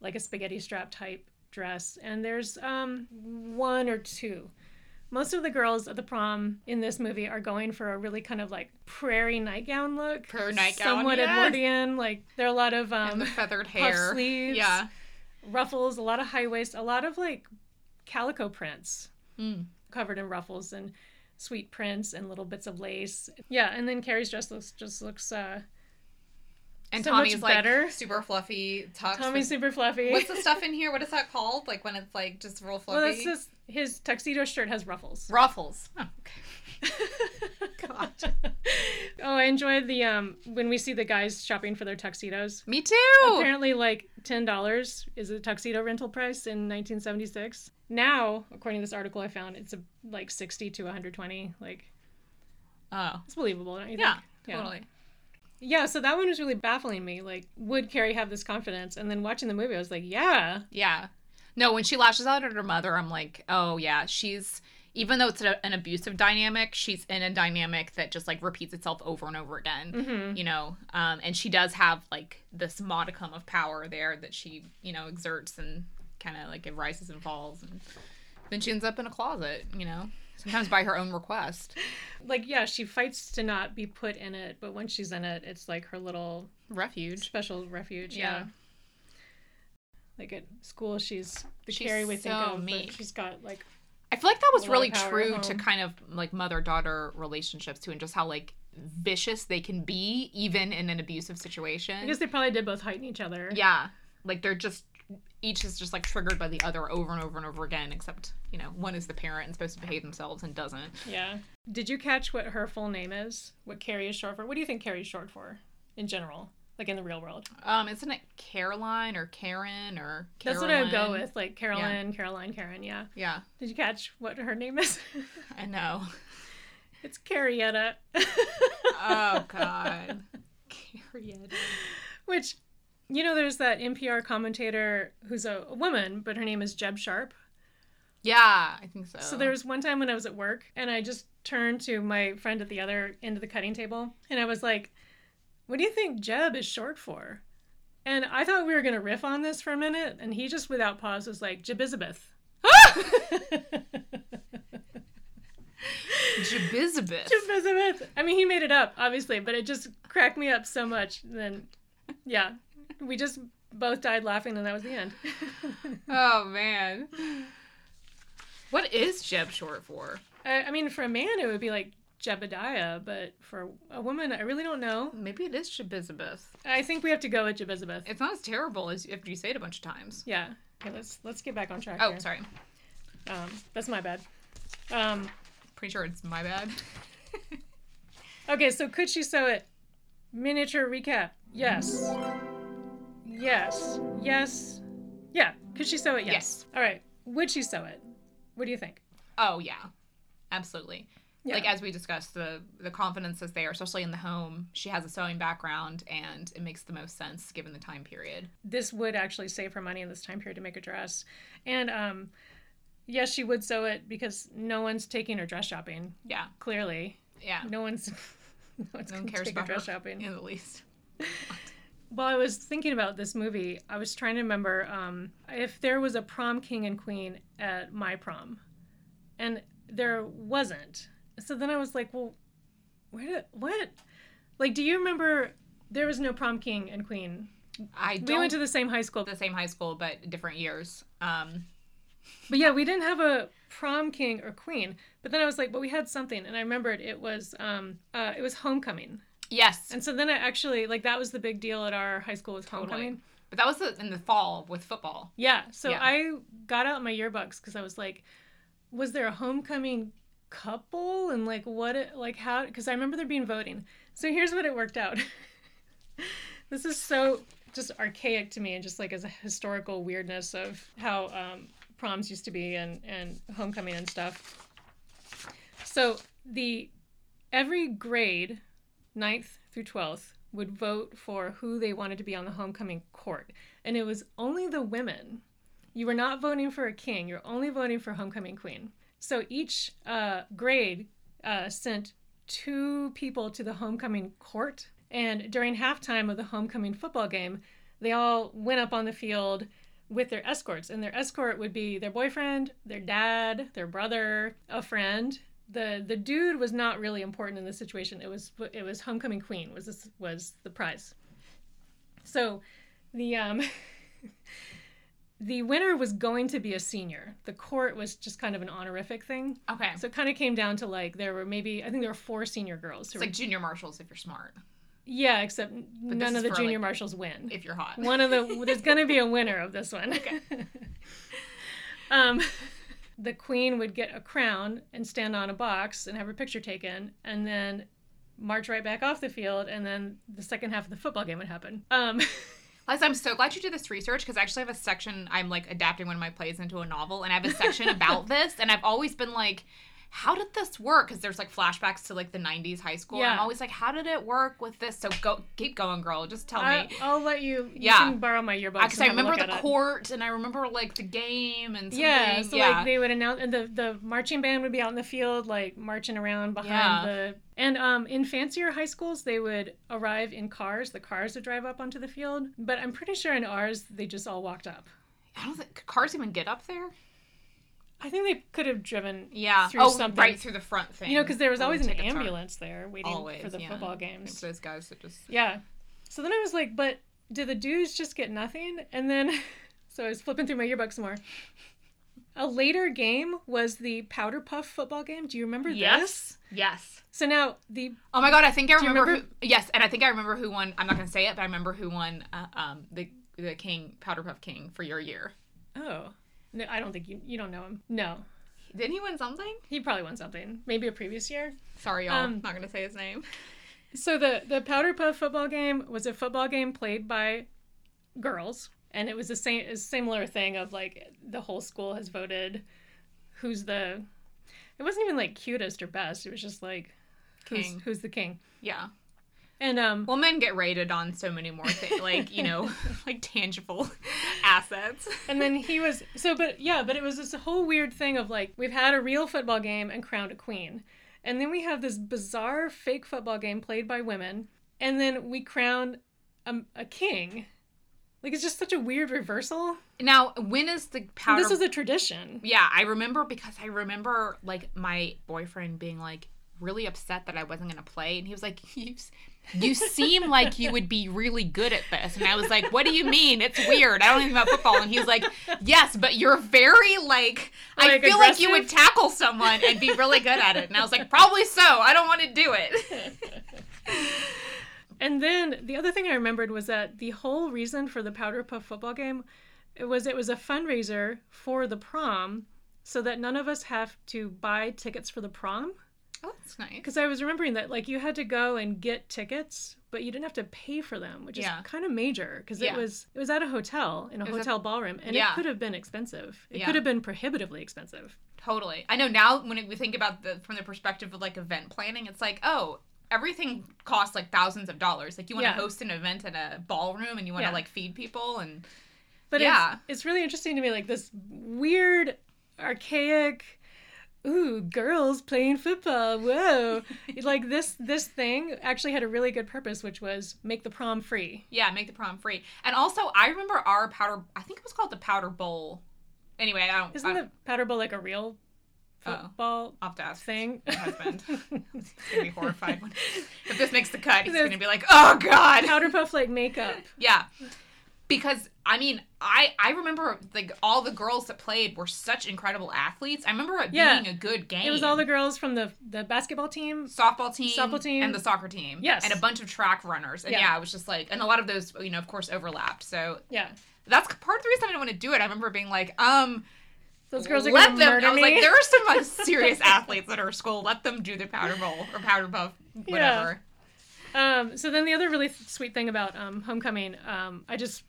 like a spaghetti strap type dress, and there's um one or two. Most of the girls at the prom in this movie are going for a really kind of like prairie nightgown look,
Prairie nightgown,
somewhat
yes.
Edwardian. Like there are a lot of um,
and the feathered hair.
sleeves.
Yeah.
ruffles, a lot of high waist, a lot of like calico prints
Mm.
covered in ruffles and sweet prints and little bits of lace. Yeah, and then Carrie's dress looks just looks uh
And
So much
Tommy's like
better.
super fluffy tux.
Tommy's
with-
super fluffy.
What's the stuff in here? What is that called? Like when it's like just real fluffy.
well, that's just his tuxedo shirt has ruffles.
Ruffles. Oh, okay.
God. oh, I enjoyed the um when we see the guys shopping for their tuxedos.
Me too.
Apparently, like ten dollars is a tuxedo rental price in 1976. Now, according to this article I found, it's a, like 60 to 120. Like
Oh,
It's believable, don't you
yeah,
think? Yeah.
totally.
Yeah, so that one was really baffling me. Like, would Carrie have this confidence? And then watching the movie, I was like, yeah.
Yeah. No, when she lashes out at her mother, I'm like, oh yeah, she's even though it's a, an abusive dynamic, she's in a dynamic that just like repeats itself over and over again.
Mm-hmm.
You know, um, and she does have like this modicum of power there that she you know exerts and kind of like it rises and falls, and then she ends up in a closet. You know, sometimes by her own request.
Like, yeah, she fights to not be put in it, but once she's in it, it's like her little
Refuge.
special refuge. Yeah.
Yeah.
Like at school, she's the
She's
Carrie we think
so
of, but
meek.
she's got like
I feel like that
A
was
lot
really
of power
true
at
to
home.
kind of like mother daughter relationships too, and just how like vicious they can be even in an abusive
I
situation.
guess they probably did both heighten each other.
yeah, like they're just each is just like triggered by the other over and over and over again. Except you know one is the parent and supposed to behave themselves and doesn't.
Yeah. Did you catch what her full name is? What Carrie is short for? What do you think Carrie's short for in general? Like in the real world?
Um, isn't it Caroline or Karen or
That's what I would go
Caroline?
with. Like Carolyn, Caroline, Karen. Yeah.
Yeah,
Did you catch what her name is?
I know.
it's Carrietta.
oh God, Carrietta.
Which, you know, there's that NPR commentator who's a, a woman, but her name is Jeb Sharp.
Yeah, I think so.
So there was one time when I was at work and I just turned to my friend at the other end of the cutting table and I was like, what do you think Jeb is short for? And I thought we were going to riff on this for a minute. And he just, without pause, was like, Jebizabeth.
Jebizabeth.
Jebizabeth. I mean, he made it up, obviously, but it just cracked me up so much. Then, yeah, we just both died laughing, and that was the end.
Oh man. What is Jeb short for?
I, I mean, for a man, it would be like Jebediah, but for a woman, I really don't know.
Maybe it is Jebizabeth.
I think we have to go with Jebizabeth.
It's not as terrible as after you say it a bunch of times.
Yeah. Okay, let's let's get back on track.
Oh,
here.
sorry.
Um, that's my bad. Um,
Pretty sure it's my bad.
okay, so could she sew it? Miniature recap. Yes. Yes. Yes. Yeah. Could she sew it? yes.
Yes.
All right. Would she sew it? What do you think?
Oh yeah. Absolutely.
Yeah.
Like as we discussed, the the confidence is there, especially in the home. She has a sewing background and it makes the most sense given the time period.
this would actually save her money in this time period to make a dress. And um, yes, she would sew it because no one's taking her dress shopping.
Yeah.
Clearly,
Yeah.
no one's no one's
No
going
one
to
cares
take her
about her
dress shopping.
in the least.
While I was thinking about this movie, I was trying to remember um, if there was a prom king and queen at my prom, and there wasn't. So then I was like, well, where did what? Like, do you remember? There was no prom king and queen.
I don't
We went to the same high school,
the same high school but different years. Um
But yeah, we didn't have a prom king or queen. But then I was like, but we had something, and I remembered it was um uh, it was homecoming.
Yes.
And so then I actually like that was the big deal at our high school was homecoming.
Totally. But that was the, in the fall with football.
Yeah. So
Yeah.
I got out my yearbooks because I was like, was there a homecoming couple? And like, what, it, like, how? Because I remember there being voting. So here's what it worked out. this is so just archaic to me and just like as a historical weirdness of how um, proms used to be and, and homecoming and stuff. So the every grade, ninth through 12th, would vote for who they wanted to be on the homecoming court. And it was only the women. You were not voting for a king, you're only voting for homecoming queen. So each uh, grade uh, sent two people to the homecoming court. And during halftime of the homecoming football game, they all went up on the field with their escorts. And their escort would be their boyfriend, their dad, their brother, a friend. The the dude was not really important in this situation. It was it was homecoming queen was this was the prize. So the um the winner was going to be a senior. The court was just kind of an honorific thing.
Okay.
So it kind of came down to like there were maybe I think there were four senior girls who
it's
were
like junior marshals if you're smart,
yeah, except
this
none
is
of the
for,
junior
like,
marshals win.
if you're hot.
One of the there's going to be a winner of this one. um, the queen would get a crown and stand on a box and have her picture taken, and then march right back off the field, and then the second half of the football game would happen. Um,
Liza, I'm so glad you did this research because I actually have a section. I'm like adapting one of my plays into a novel, and I have a section about this. And I've always been like, how did this work? Because there's like flashbacks to like the 90s high school. and I'm
Yeah.
always like, how did it work with this? So go, keep going, girl. Just tell
I,
me.
I'll let you. you
Oh, Yeah.
can borrow my yearbook.
Because I
and have a
remember
look
the
at it.
court, and I remember like the game and something.
Yeah, so
yeah.
like they would announce, and the the marching band would be out in the field, like marching around behind
Yeah.
the. And um, in fancier high schools, they would arrive in cars. The cars would drive up onto the field, but I'm pretty sure in ours they just all walked up.
I don't think could cars even get up there.
I think they could have driven.
Yeah.
Through
oh,
something.
right through the front thing.
You know, because there was
Where we
always an
take a turn.
ambulance there waiting
Always,
for the
yeah.
football
It's
games.
those guys that just.
Yeah. So then I was like, but do the dudes just get nothing? And then, so I was flipping through my yearbook some more. A later game was the Powder Puff football game. Do you remember this?
Yes.
So now the
Oh my god, I think I
you
remember.
remember-
Who, yes, and I think I remember who won. I'm not gonna say it, but I remember who won uh, um, the the King Powder Puff King for your year.
oh no, I don't think you you don't know him. No,
Didn't he win something?
he probably won something. Maybe a previous year.
Sorry, y'all.
Um,
not gonna say his name.
So the the Powder Puff football game was a football game played by girls, and it was the same a similar thing of like the whole school has voted who's the. It wasn't even like cutest or best. It was just like who's
King.
who's the king.
Yeah.
And um,
Well, men get rated on so many more things, like you know, like tangible assets.
and then he was so but yeah but it was this whole weird thing of like we've had a real football game and crowned a queen and then we have this bizarre fake football game played by women and then we crown a, a king like it's just such a weird reversal
Now, when is the
And
powder?
this is a tradition
Yeah, I remember because I remember like my boyfriend being like really upset that I wasn't going to play and he was like you s- you seem like you would be really good at this and I was like what do you mean it's weird I don't even know about football and he was like yes but you're very like I
Like,
feel like you would
aggressive?
tackle someone and be really good at it and I was like probably so I don't want to do it
and then the other thing i remembered was that the whole reason for the powder puff football game it was it was a fundraiser for the prom so that none of us have to buy tickets for the prom
oh that's nice
Because I was remembering that, like, you had to go and get tickets, but you didn't have to pay for them, which
Yeah.
is kind of major. Because
Yeah.
it was it was at a hotel in a
was a-
hotel ballroom, and
Yeah.
it could have been expensive. It
Yeah.
could have been prohibitively expensive.
Totally. I know now when we think about the from the perspective of like event planning, it's like, oh, everything costs like thousands of dollars. Like you want to
Yeah.
host an event in a ballroom and you want to
Yeah.
like feed people and
But
Yeah.
it's, it's really interesting to me, like this weird, archaic, ooh, girls playing football. Whoa, like this this thing actually had a really good purpose, which was make the prom free.
yeah, make the prom free. And also I remember our powder I think it was called the powder bowl. Anyway, I don't
Isn't
I,
the powder bowl like a real
Uh, Oh.
football
I'll have to ask
thing?
my husband. He's gonna be horrified when if this makes the cut, he's
There's-
gonna be like, Oh god
Powder puff like makeup.
Yeah. because I mean, I I remember like all the girls that played were such incredible athletes. I remember it
Yeah.
being a good game.
It was all the girls from the the basketball team.
softball team,
Softball team.
and the soccer team.
Yes.
and a bunch of track runners. And
Yeah.
yeah. it was just like, and a lot of those, you know, of course, overlapped. So
Yeah.
that's part of the reason I didn't want to do it. I remember being like, um,
Those girls are
let
going to
them.
murder
I was
me.
like, there are some like, serious athletes at our school. Let them do the powder bowl or powder puff, whatever.
Um, so then the other really sweet thing about um, Homecoming, um, I just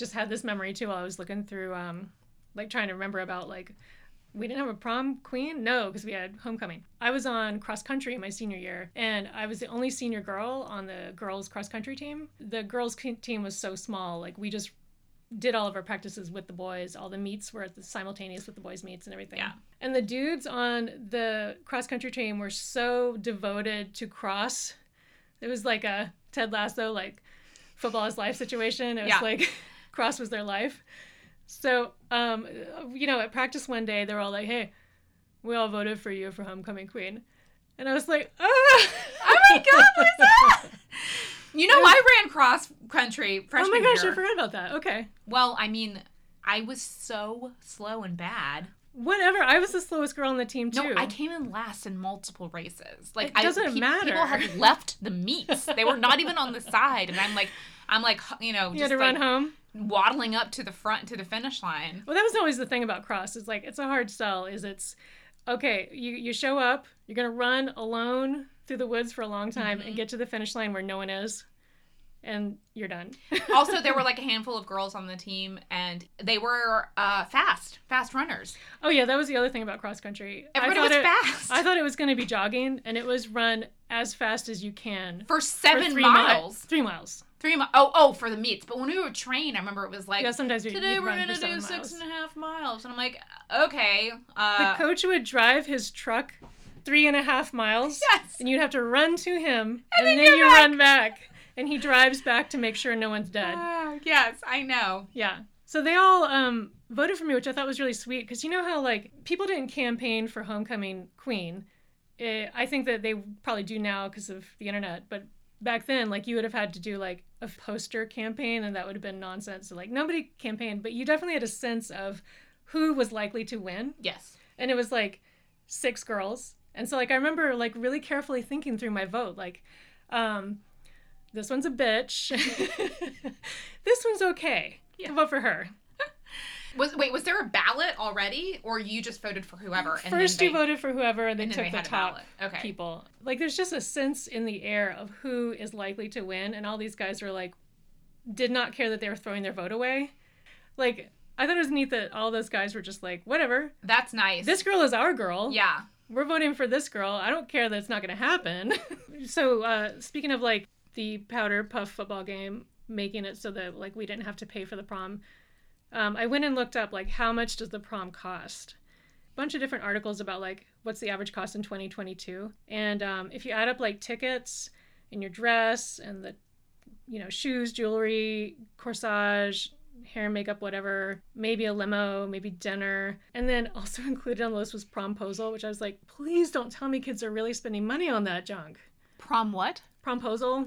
just had this memory too while I was looking through, um, like trying to remember about like we didn't have a prom queen, no, because we had homecoming. I was on cross country my senior year, and I was the only senior girl on the girls cross country team. The girls c- team was so small, like we just did all of our practices with the boys. All the meets were at the simultaneous with the boys' meets and everything.
Yeah.
And the dudes on the cross country team were so devoted to cross it was like a Ted Lasso like football is life situation. It was
Yeah.
like cross was their life. So um, you know, at practice one day they were all like, "Hey, we all voted for you for homecoming queen," and I was like, "Oh,
Oh my god, what is that? You know, I ran cross country
oh
freshman
my gosh,
year.
I forgot about that." Okay,
Well, I mean, I was so slow and bad.
whatever. I was the slowest girl on the team
No,
too.
I came in last in multiple races. Like
It
I,
doesn't matter.
People had left the meets. They were not even on the side, and I'm like, I'm like, h- you know,
you had
just
to
like
run home.
waddling up to the front to the finish line.
Well, that was always the thing about cross. Is like it's a hard sell. Is it's okay? You you show up. You're gonna run alone through the woods for a long time
Mm-hmm.
and get to the finish line where no one is, and you're done.
also, there were like a handful of girls on the team, and they were uh, fast, fast runners.
oh yeah, that was the other thing about cross country. I
Everybody
thought
was
it-
fast
I thought it was gonna be jogging, and it was run as fast as you can.
for
for
seven
three mi-
miles.
three miles.
Three mi- oh oh for the meets. But when we were trained, I remember it was like
Yeah, sometimes you
today
you'd
we're
run
gonna
for
do
seven
six
miles.
and a half miles, and I'm like, okay, uh,
the coach would drive his truck three and a half miles.
yes.
And you'd have to run to him,
And
and,
then
then,
you're
you
back.
run back, and he drives back to make sure no one's dead.
Ah, yes, I know.
Yeah. So they all um, voted for me, which I thought was really sweet because you know how like people didn't campaign for homecoming queen. Eh, I think that they probably do now because of the internet, but back then, like you would have had to do like a poster campaign, and that would have been nonsense. So, like nobody campaigned, but you definitely had a sense of who was likely to win,
Yes.
and it was like six girls, and so like I remember like really carefully thinking through my vote, like. Um, this one's a bitch. this one's okay.
Yeah.
Vote for her.
Was wait, was there a ballot already, or you just voted for whoever? then
First, you
they-
voted for whoever, and they
and then
took
they
the
had a
top
ballot. Okay.
people. Like, there's just a sense in the air of who is likely to win, and all these guys were like, did not care that they were throwing their vote away. Like, I thought it was neat that all those guys were just like, whatever,
That's nice.
this girl is our girl.
yeah.
We're voting for this girl. I don't care that it's not going to happen. so, uh, speaking of like the powder puff football game, making it so that like we didn't have to pay for the prom, um, I went and looked up like how much does the prom cost? bunch of different articles about like what's the average cost in 2022 and um, if you add up like tickets and your dress and the you know shoes jewelry corsage hair and makeup whatever maybe a limo maybe dinner and then also included on the list was promposal which i was like please don't tell me kids are really spending money on that junk
Prom what?
promposal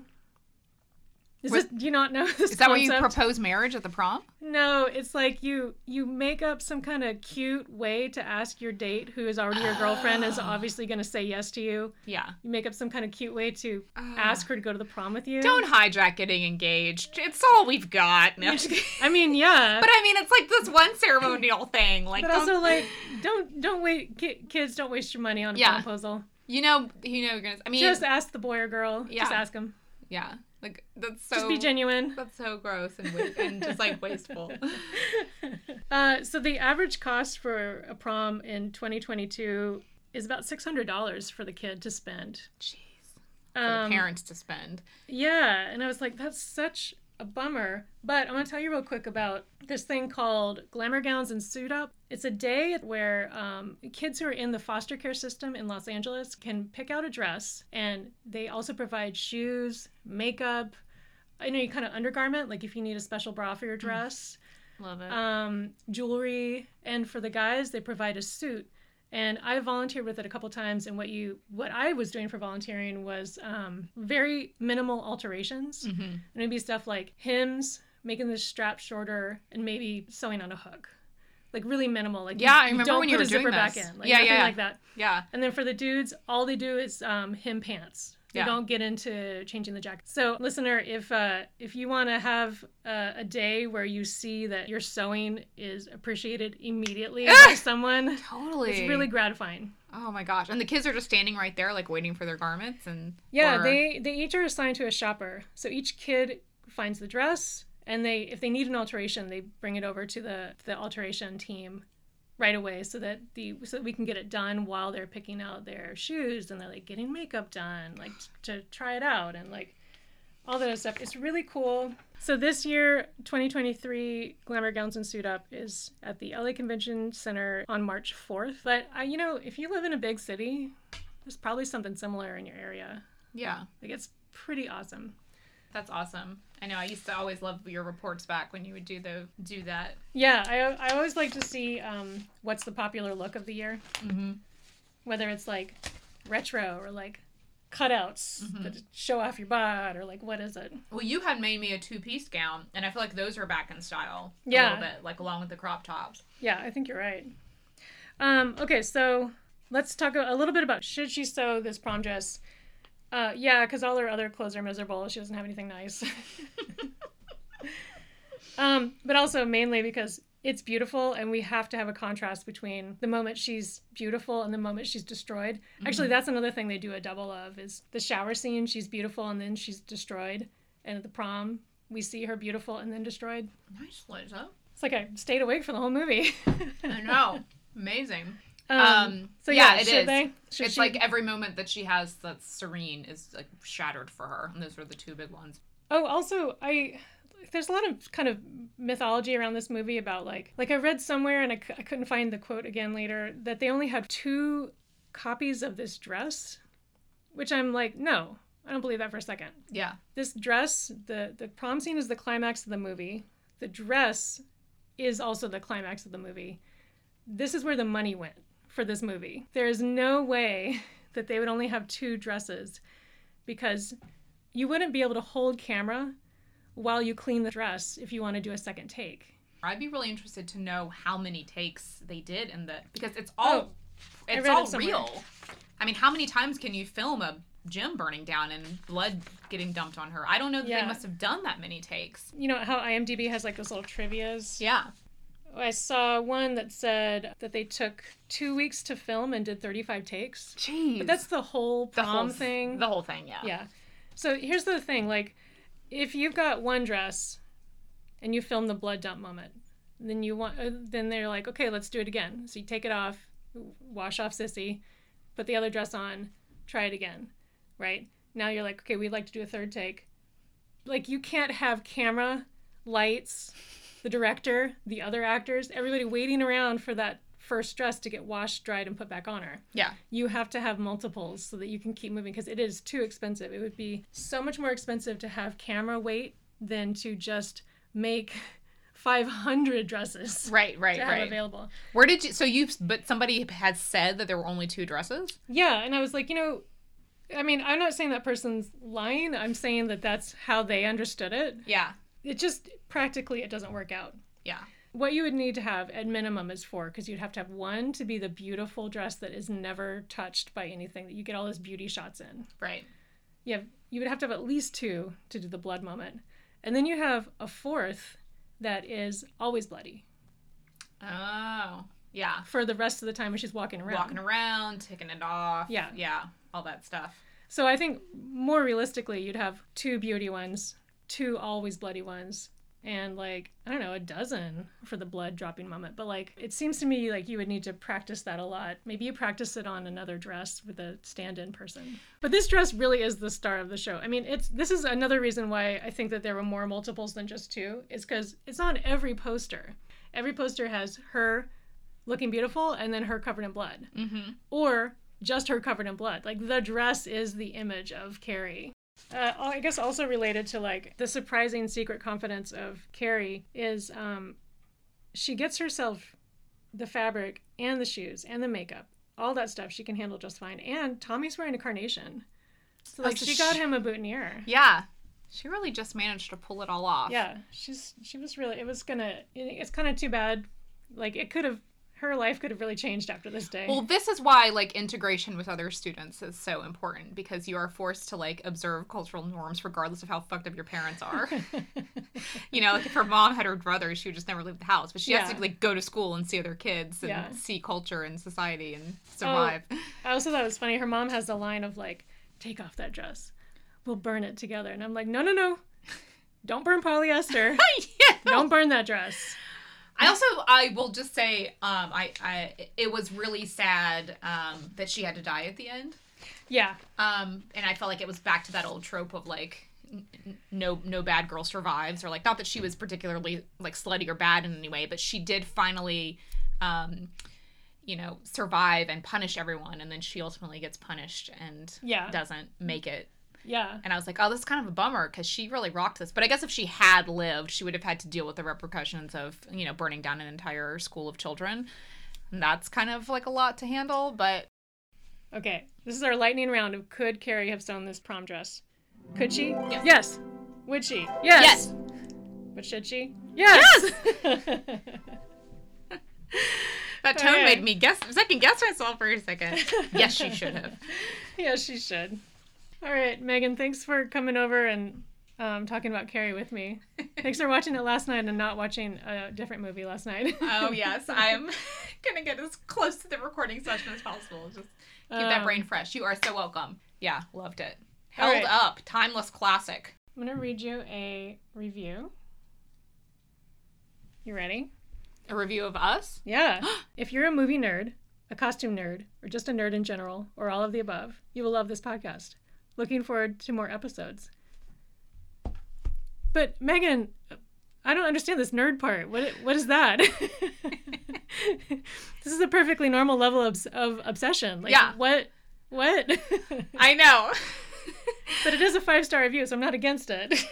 is
What-
this, do you not know this
Is that where you
concept?
propose marriage at the prom?
No, it's like you you make up some kind of cute way to ask your date who is already your girlfriend
Oh.
is obviously going to say yes to you.
Yeah.
You make up some kind of cute way to ask her to go to the prom with you.
Oh. Don't hijack getting engaged. It's all we've got. No, I'm just kidding.
I mean, yeah.
But I mean, it's like this one ceremonial thing. Like,
but
don't-
also like don't don't wait ki- kids don't waste your money on a
Yeah.
proposal.
you know, you know, you're gonna. I mean,
Just ask the boy or girl.
Yeah.
Just ask them.
yeah. Like that's so.
Just be genuine.
That's so gross and wa- and just like wasteful.
Uh, so the average cost for a prom in 2022 is about $600 for the kid to spend.
Jeez. For
Um,
the parents to spend.
Yeah, and I was like, that's such a bummer. But I'm gonna tell you real quick about this thing called Glamour Gowns and Suit Up. It's a day where um, kids who are in the foster care system in Los Angeles can pick out a dress, and they also provide shoes, makeup, any kind of undergarment, like if you need a special bra for your
Mm.
dress
Love it.
um, jewelry, and for the guys, they provide a suit. And I volunteered with it a couple times. And what you, what I was doing for volunteering was um, very minimal alterations.
Mhm.
And it'd be stuff like hymns, making the strap shorter, and maybe sewing on a hook. Like really minimal. Like you-
Yeah, I
you
remember
don't
when you
put
were
a
doing
zipper back
this.
in. Like
Yeah,
nothing
yeah.
like that.
Yeah.
And then for the dudes, all they do is um, hem pants. They
Yeah.
don't get into changing the jacket. So, listener, if uh, if you want to have uh, a day where you see that your sewing is appreciated immediately by someone,
Ah! Totally.
it's really gratifying.
Oh my gosh. And the kids are just standing right there, like waiting for their garments and
Yeah,
or-
they they each are assigned to a shopper. So each kid finds the dress, and they if they need an alteration, they bring it over to the the alteration team right away, so that the so that we can get it done while they're picking out their shoes and they're like getting makeup done, like t- to try it out and like all that stuff. It's really cool. So this year, 2023, Glamour Gowns and Suit Up is at the LA Convention Center on March 4th. But I, you know, if you live in a big city, there's probably something similar in your area.
Yeah.
Like it's pretty awesome.
That's awesome. I know I used to always love your reports back when you would do the do that.
Yeah, I, I always like to see um, what's the popular look of the year,
Mm-hmm.
whether it's like retro or like cutouts that show off your bod or like what is it?
Well, you had made me a two piece gown and I feel like those are back in style
Yeah.
a little bit, like along with the crop tops.
Yeah, I think you're right. Um, okay, so let's talk a a little bit about should she sew this prom dress? Uh, yeah, because all her other clothes are miserable. She doesn't have anything nice. um, but also mainly because it's beautiful, and we have to have a contrast between the moment she's beautiful and the moment she's destroyed. Actually, that's another thing they do a double of is the shower scene. She's beautiful, and then she's destroyed. And at the prom, we see her beautiful and then destroyed.
Nice, Liza.
It's like I stayed awake for the whole movie.
I know. Amazing.
Um,
Um,
so
yeah,
yeah,
it
should
is.
they? Should
it's
she-
like every moment that she has that's serene is like shattered for her. And those were the two big ones.
oh, also I there's a lot of kind of mythology around this movie about like like I read somewhere and I, c- I couldn't find the quote again later that they only have two copies of this dress, which I'm like no, I don't believe that for a second.
Yeah.
This dress, the the prom scene is the climax of the movie. The dress is also the climax of the movie. This is where the money went for this movie. There is no way that they would only have two dresses because you wouldn't be able to hold camera while you clean the dress if you want to do a second take.
I'd be really interested to know how many takes they did in the because it's all
Oh,
it's
read it
all
somewhere.
real. I mean, how many times can you film a gym burning down and blood getting dumped on her? I don't know that
Yeah.
they must have done that many takes.
You know how IMDb has like those little trivias?
Yeah.
I saw one that said that they took two weeks to film and did 35 takes.
Jeez.
But that's the whole
the
prom
whole s-
thing.
The whole thing, yeah.
Yeah. So here's the thing like, if you've got one dress and you film the blood dump moment, then you want, uh, then they're like, okay, let's do it again. So you take it off, wash off Sissy, put the other dress on, try it again, right? Now you're like, okay, we'd like to do a third take. Like, you can't have camera, lights, the director, the other actors, everybody waiting around for that first dress to get washed, dried, and put back on her
Yeah.
you have to have multiples so that you can keep moving because it is too expensive. It would be so much more expensive to have camera weight than to just make 500 dresses
Right, right,
to have
right.
available.
Where did you so you but somebody had said that there were only two dresses?
Yeah, and I was like, you know, I mean, I'm not saying that person's lying. I'm saying that that's how they understood it.
Yeah.
It just practically it doesn't work out.
Yeah.
What you would need to have at minimum is four because you'd have to have one to be the beautiful dress that is never touched by anything that you get all those beauty shots in.
Right.
you have you would have to have at least two to do the blood moment and then you have a fourth that is always bloody
Oh. Yeah.
for the rest of the time when she's walking around
Walking around, taking it off.
Yeah.
Yeah. All that stuff.
so i think more realistically you'd have two beauty ones two always bloody ones and like i don't know a dozen for the blood dropping moment but like it seems to me like you would need to practice that a lot maybe you practice it on another dress with a stand-in person but this dress really is the star of the show i mean it's this is another reason why i think that there were more multiples than just two is because it's on every poster every poster has her looking beautiful and then her covered in blood
Mm-hmm.
or just her covered in blood. Like the dress is the image of Carrie. Uh, I guess also related to like the surprising secret confidence of Carrie is um, she gets herself the fabric and the shoes and the makeup, all that stuff she can handle just fine. And Tommy's wearing a carnation, so like
Oh, so
she got
she-
him a boutonniere.
Yeah. She really just managed to pull it all off.
Yeah, she's she was really. It was gonna. it- It's kind of too bad. Like it could have. Her life could have really changed after this day.
Well, this is why like integration with other students is so important because you are forced to like observe cultural norms regardless of how fucked up your parents are. you know, like if her mom had her brother, she would just never leave the house. But she has
Yeah.
to like go to school and see other kids and
Yeah. Oh.
see culture and society and survive.
I also thought it was funny. Her mom has the line of like, "Take off that dress. We'll burn it together." And I'm like, "No, no, no. Don't burn polyester.
yeah.
Don't burn that dress."
I also I will just say um I, I it was really sad um that she had to die at the end.
Yeah.
Um, and I felt like it was back to that old trope of like, n- n- no, no bad girl survives, or like, not that she was particularly like slutty or bad in any way, but she did finally, um, you know, survive and punish everyone, and then she ultimately gets punished and
Yeah.
doesn't make it.
Yeah.
And I was like, oh, this is kind of a bummer because she really rocked this. But I guess if she had lived, she would have had to deal with the repercussions of you know burning down an entire school of children. And that's kind of like a lot to handle, but
Okay. This is our lightning round of could Carrie have sewn this prom dress? Could she?
Yes.
Yes. Would she? Yes.
yes.
But should she? Yes.
That tone
Okay.
made me guess second guess myself for a second. yes, she should have.
yes, she should. All right, Megan. Thanks for coming over and um, talking about Carrie with me. Thanks for watching it last night and not watching a different movie last night.
Oh yes, I'm gonna get as close to the recording session as possible. Just keep that
Um,
brain fresh. You are so welcome. Yeah, loved it.
All
Held
right.
up, timeless classic.
I'm gonna read you a review. You ready?
A review of us.
Yeah. if you're a movie nerd, a costume nerd, or just a nerd in general, or all of the above, you will love this podcast. Looking forward to more episodes. But Megan, I don't understand this nerd part. What what is that? this is a perfectly normal level of, of obsession. Like,
Yeah.
What? What? but
I know.
it is a five star review, so I'm not against it.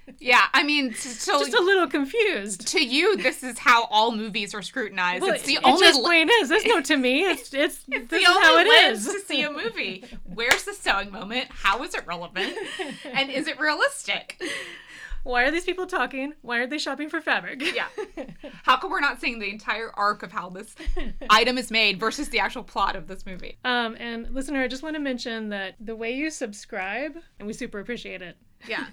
yeah, I mean, t- so
Just a little confused.
to you, this is how all movies are scrutinized.
Well,
it's the
it
only
just
li-
plain is. There's no to me. It's it's,
It's
this
the
is
only
how it
lens
is.
to see a movie. Where's the sewing moment? How is it relevant? And is it realistic?
Why are these people talking? Why aren't they shopping for fabric?
Yeah. How come we're not seeing the entire arc of how this item is made versus the actual plot of this movie?
Um, and listener, I just want to mention that the way you subscribe, and we super appreciate it,
Yeah.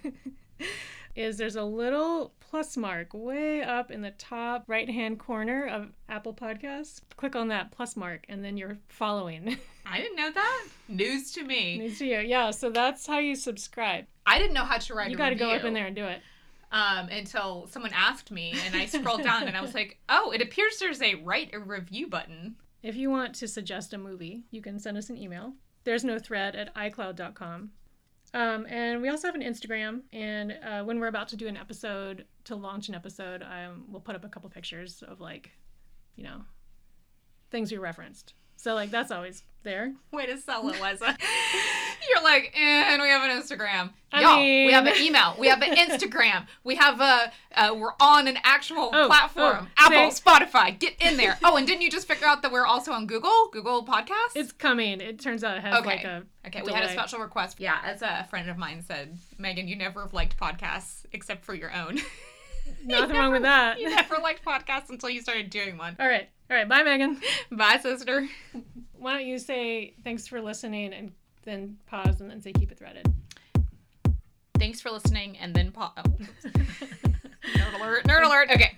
is there's a little plus mark way up in the top right hand corner of Apple Podcasts. Click on that plus mark, and then you're following.
I didn't know that. News to me.
News to you. Yeah. So that's how you subscribe.
I didn't know how to write
You
a
got to
review
go up in there and do it.
um, until someone asked me, and I scrolled down and I was like, oh, it appears there's a write a review button.
If you want to suggest a movie, you can send us an email. There's no thread at iCloud.com. Um, and we also have an Instagram. And uh, when we're about to do an episode, to launch an episode, um, we'll put up a couple pictures of like, you know, things we referenced. So like that's always there.
Way to sell it, Liza. You're like, and we have an Instagram.
I
Y'all,
mean-
we have an email. We have an Instagram. We have a, uh, we're on an actual
Oh,
platform.
oh,
Apple,
say-
Spotify, get in there. Oh, and didn't you just figure out that we're also on Google? Google Podcasts?
It's coming. It turns out it has
Okay.
like a
okay, we had a
delay.
special request. Yeah, as a friend of mine said, Megan, you never have liked podcasts except for your own.
nothing wrong with that.
you never liked podcasts until you started doing one.
All right. All right. Bye, Megan.
Bye, sister.
Why don't you say thanks for listening and then pause and then say keep it threaded.
oh, Thanks for listening, and then pause. nerd alert, nerd alert. Okay.